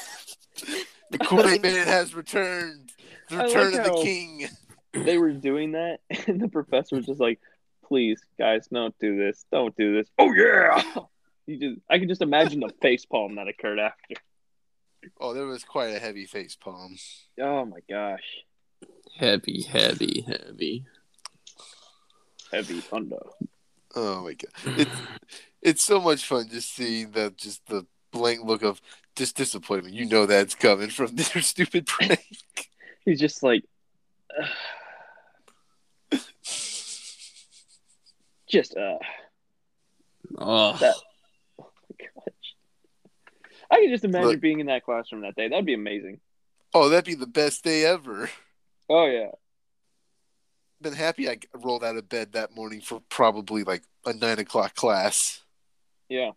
Speaker 1: The Kool Aid Man has returned. The
Speaker 2: I
Speaker 1: return
Speaker 2: like
Speaker 1: of the
Speaker 2: how-
Speaker 1: king.
Speaker 2: they were doing that, and the professor was just like, "Please, guys, don't do this. Don't do this." Oh yeah. You just, I could just imagine the face palm that occurred after.
Speaker 1: Oh, there was quite a heavy face palm.
Speaker 2: Oh my gosh,
Speaker 4: Heavy, heavy, heavy.
Speaker 2: heavy thunder.
Speaker 1: Oh my god, it's it's so much fun just seeing the just the blank look of just disappointment. You know that's coming from their stupid prank.
Speaker 2: He's just like, "Ugh, just uh,
Speaker 4: Oh,
Speaker 2: That- my gosh. I could just imagine
Speaker 1: Look.
Speaker 2: being in that classroom that day. That'd be amazing.
Speaker 1: Oh, that'd be the best day ever.
Speaker 2: Oh yeah,
Speaker 1: Been happy I rolled out of bed that morning for probably like a nine o'clock class.
Speaker 2: yeah.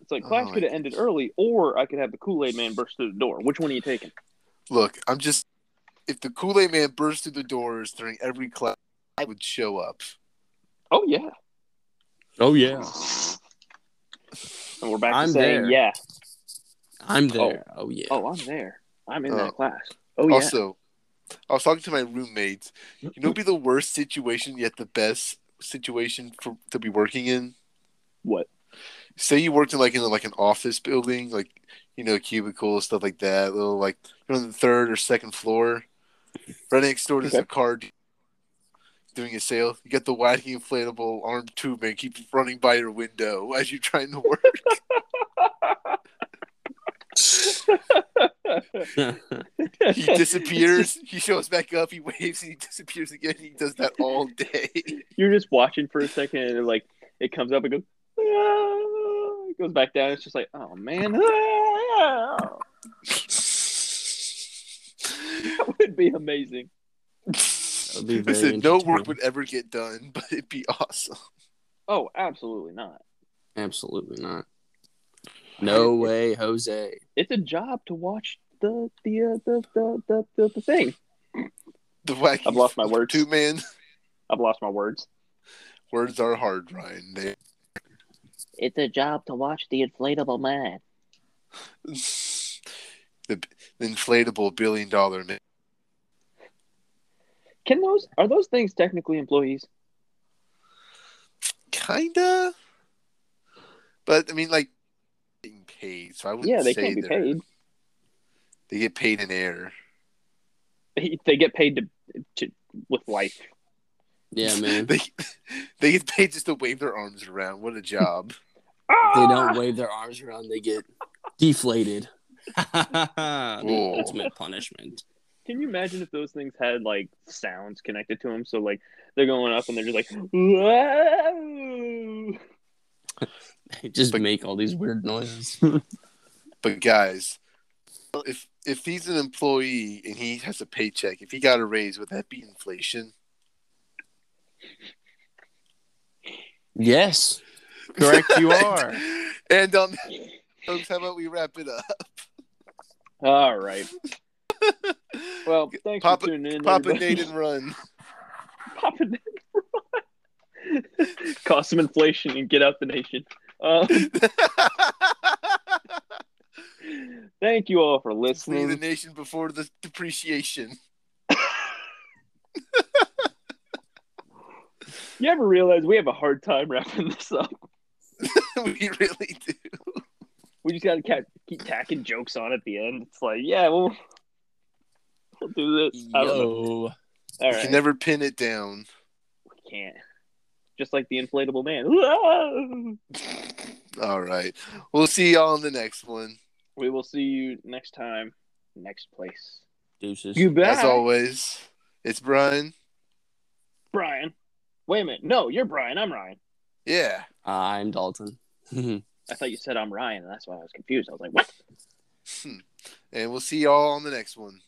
Speaker 2: It's like
Speaker 1: Oh,
Speaker 2: class
Speaker 1: my
Speaker 2: could have ended early, or I could have the Kool Aid Man burst through the door. Which one are you taking?
Speaker 1: Look, I'm just if the Kool Aid Man burst through the doors during every class, I would show up.
Speaker 2: Oh yeah.
Speaker 4: oh yeah.
Speaker 2: And we're back
Speaker 4: I'm
Speaker 2: to saying,
Speaker 4: there.
Speaker 2: yeah.
Speaker 4: I'm there. Oh, yeah.
Speaker 2: Oh, I'm there. I'm in
Speaker 1: Oh.
Speaker 2: that class. Oh, yeah.
Speaker 1: Also, I was talking to my roommates. You know, what'd be the worst situation yet the best situation for to be working in.
Speaker 2: What?
Speaker 1: Say you worked in like in like an office building, like you know cubicles stuff like that. Little like you're on the third or second floor. Right next door there's
Speaker 2: Okay.
Speaker 1: a car d- doing a sale. You got the wacky inflatable arm tube man keeps running by your window as you're trying to work. he disappears. he shows back up. He waves. And he disappears again. He does that all day.
Speaker 2: You're just watching for a second, and like it comes up and goes, "Ah," it goes back down. It's just like, oh man, Ah. that would be amazing.
Speaker 4: would be very
Speaker 1: Listen, no
Speaker 4: entertaining.
Speaker 1: work would ever get done, but it'd be awesome.
Speaker 2: Oh, absolutely not.
Speaker 4: Absolutely not. No way, Jose.
Speaker 2: It's a job to watch the the uh, the, the, the the the thing.
Speaker 1: The wacky
Speaker 2: I've lost my words.
Speaker 1: two man
Speaker 2: I've lost my words.
Speaker 1: words are hard, Ryan. They
Speaker 2: It's a job to watch the inflatable man.
Speaker 1: the b- inflatable billion dollar man.
Speaker 2: Can those are those things technically employees?
Speaker 1: Kinda, but I mean, like getting paid. So I wouldn't
Speaker 2: Yeah, they
Speaker 1: say
Speaker 2: can't be
Speaker 1: they're-
Speaker 2: paid.
Speaker 1: They get paid in air.
Speaker 2: They they get paid to to with life.
Speaker 4: Yeah, man.
Speaker 1: They they get paid just to wave their arms around. What a job!
Speaker 4: they
Speaker 2: Ah!
Speaker 4: don't wave their arms around, they get deflated. the
Speaker 1: Whoa.
Speaker 4: ultimate punishment.
Speaker 2: Can you imagine if those things had like sounds connected to them? So like they're going up and they're just like, "Whoa!"
Speaker 4: They just
Speaker 1: But-
Speaker 4: make all these weird noises.
Speaker 1: But guys, if if he's an employee and he has a paycheck, if he got a raise, would that be inflation?
Speaker 4: yes.
Speaker 5: Correct, you are.
Speaker 1: and um, folks, how about we wrap it up?
Speaker 2: All right. Well, thanks
Speaker 1: Papa-
Speaker 2: for tuning in.
Speaker 1: Papa
Speaker 2: everybody.
Speaker 1: Nate and run.
Speaker 2: Papa Nate. Cause some inflation and get out the nation. Uh, thank you all for
Speaker 1: Flee the
Speaker 2: listening.
Speaker 1: nation before the depreciation.
Speaker 2: You ever realize we have a hard time wrapping this up?
Speaker 1: we really do.
Speaker 2: We just gotta ca- keep tacking jokes on at the end. It's like, yeah, we'll, we'll do this. I don't know.
Speaker 4: Yo.
Speaker 2: All
Speaker 1: You
Speaker 2: right.
Speaker 1: can never pin it down.
Speaker 2: We can't. Just like the inflatable man.
Speaker 1: All right. We'll see y'all in the next one.
Speaker 2: we will see you next time, next place.
Speaker 4: Deuces.
Speaker 2: You bet.
Speaker 1: As always, it's Brian.
Speaker 2: Brian. Wait a minute. No, you're Brian. I'm Ryan.
Speaker 1: Yeah.
Speaker 4: I'm Dalton.
Speaker 2: I thought you said I'm Ryan, and that's why I was confused. I was like, what?
Speaker 1: And we'll see y'all on the next one.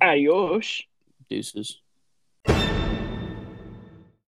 Speaker 2: Adios.
Speaker 4: Deuces.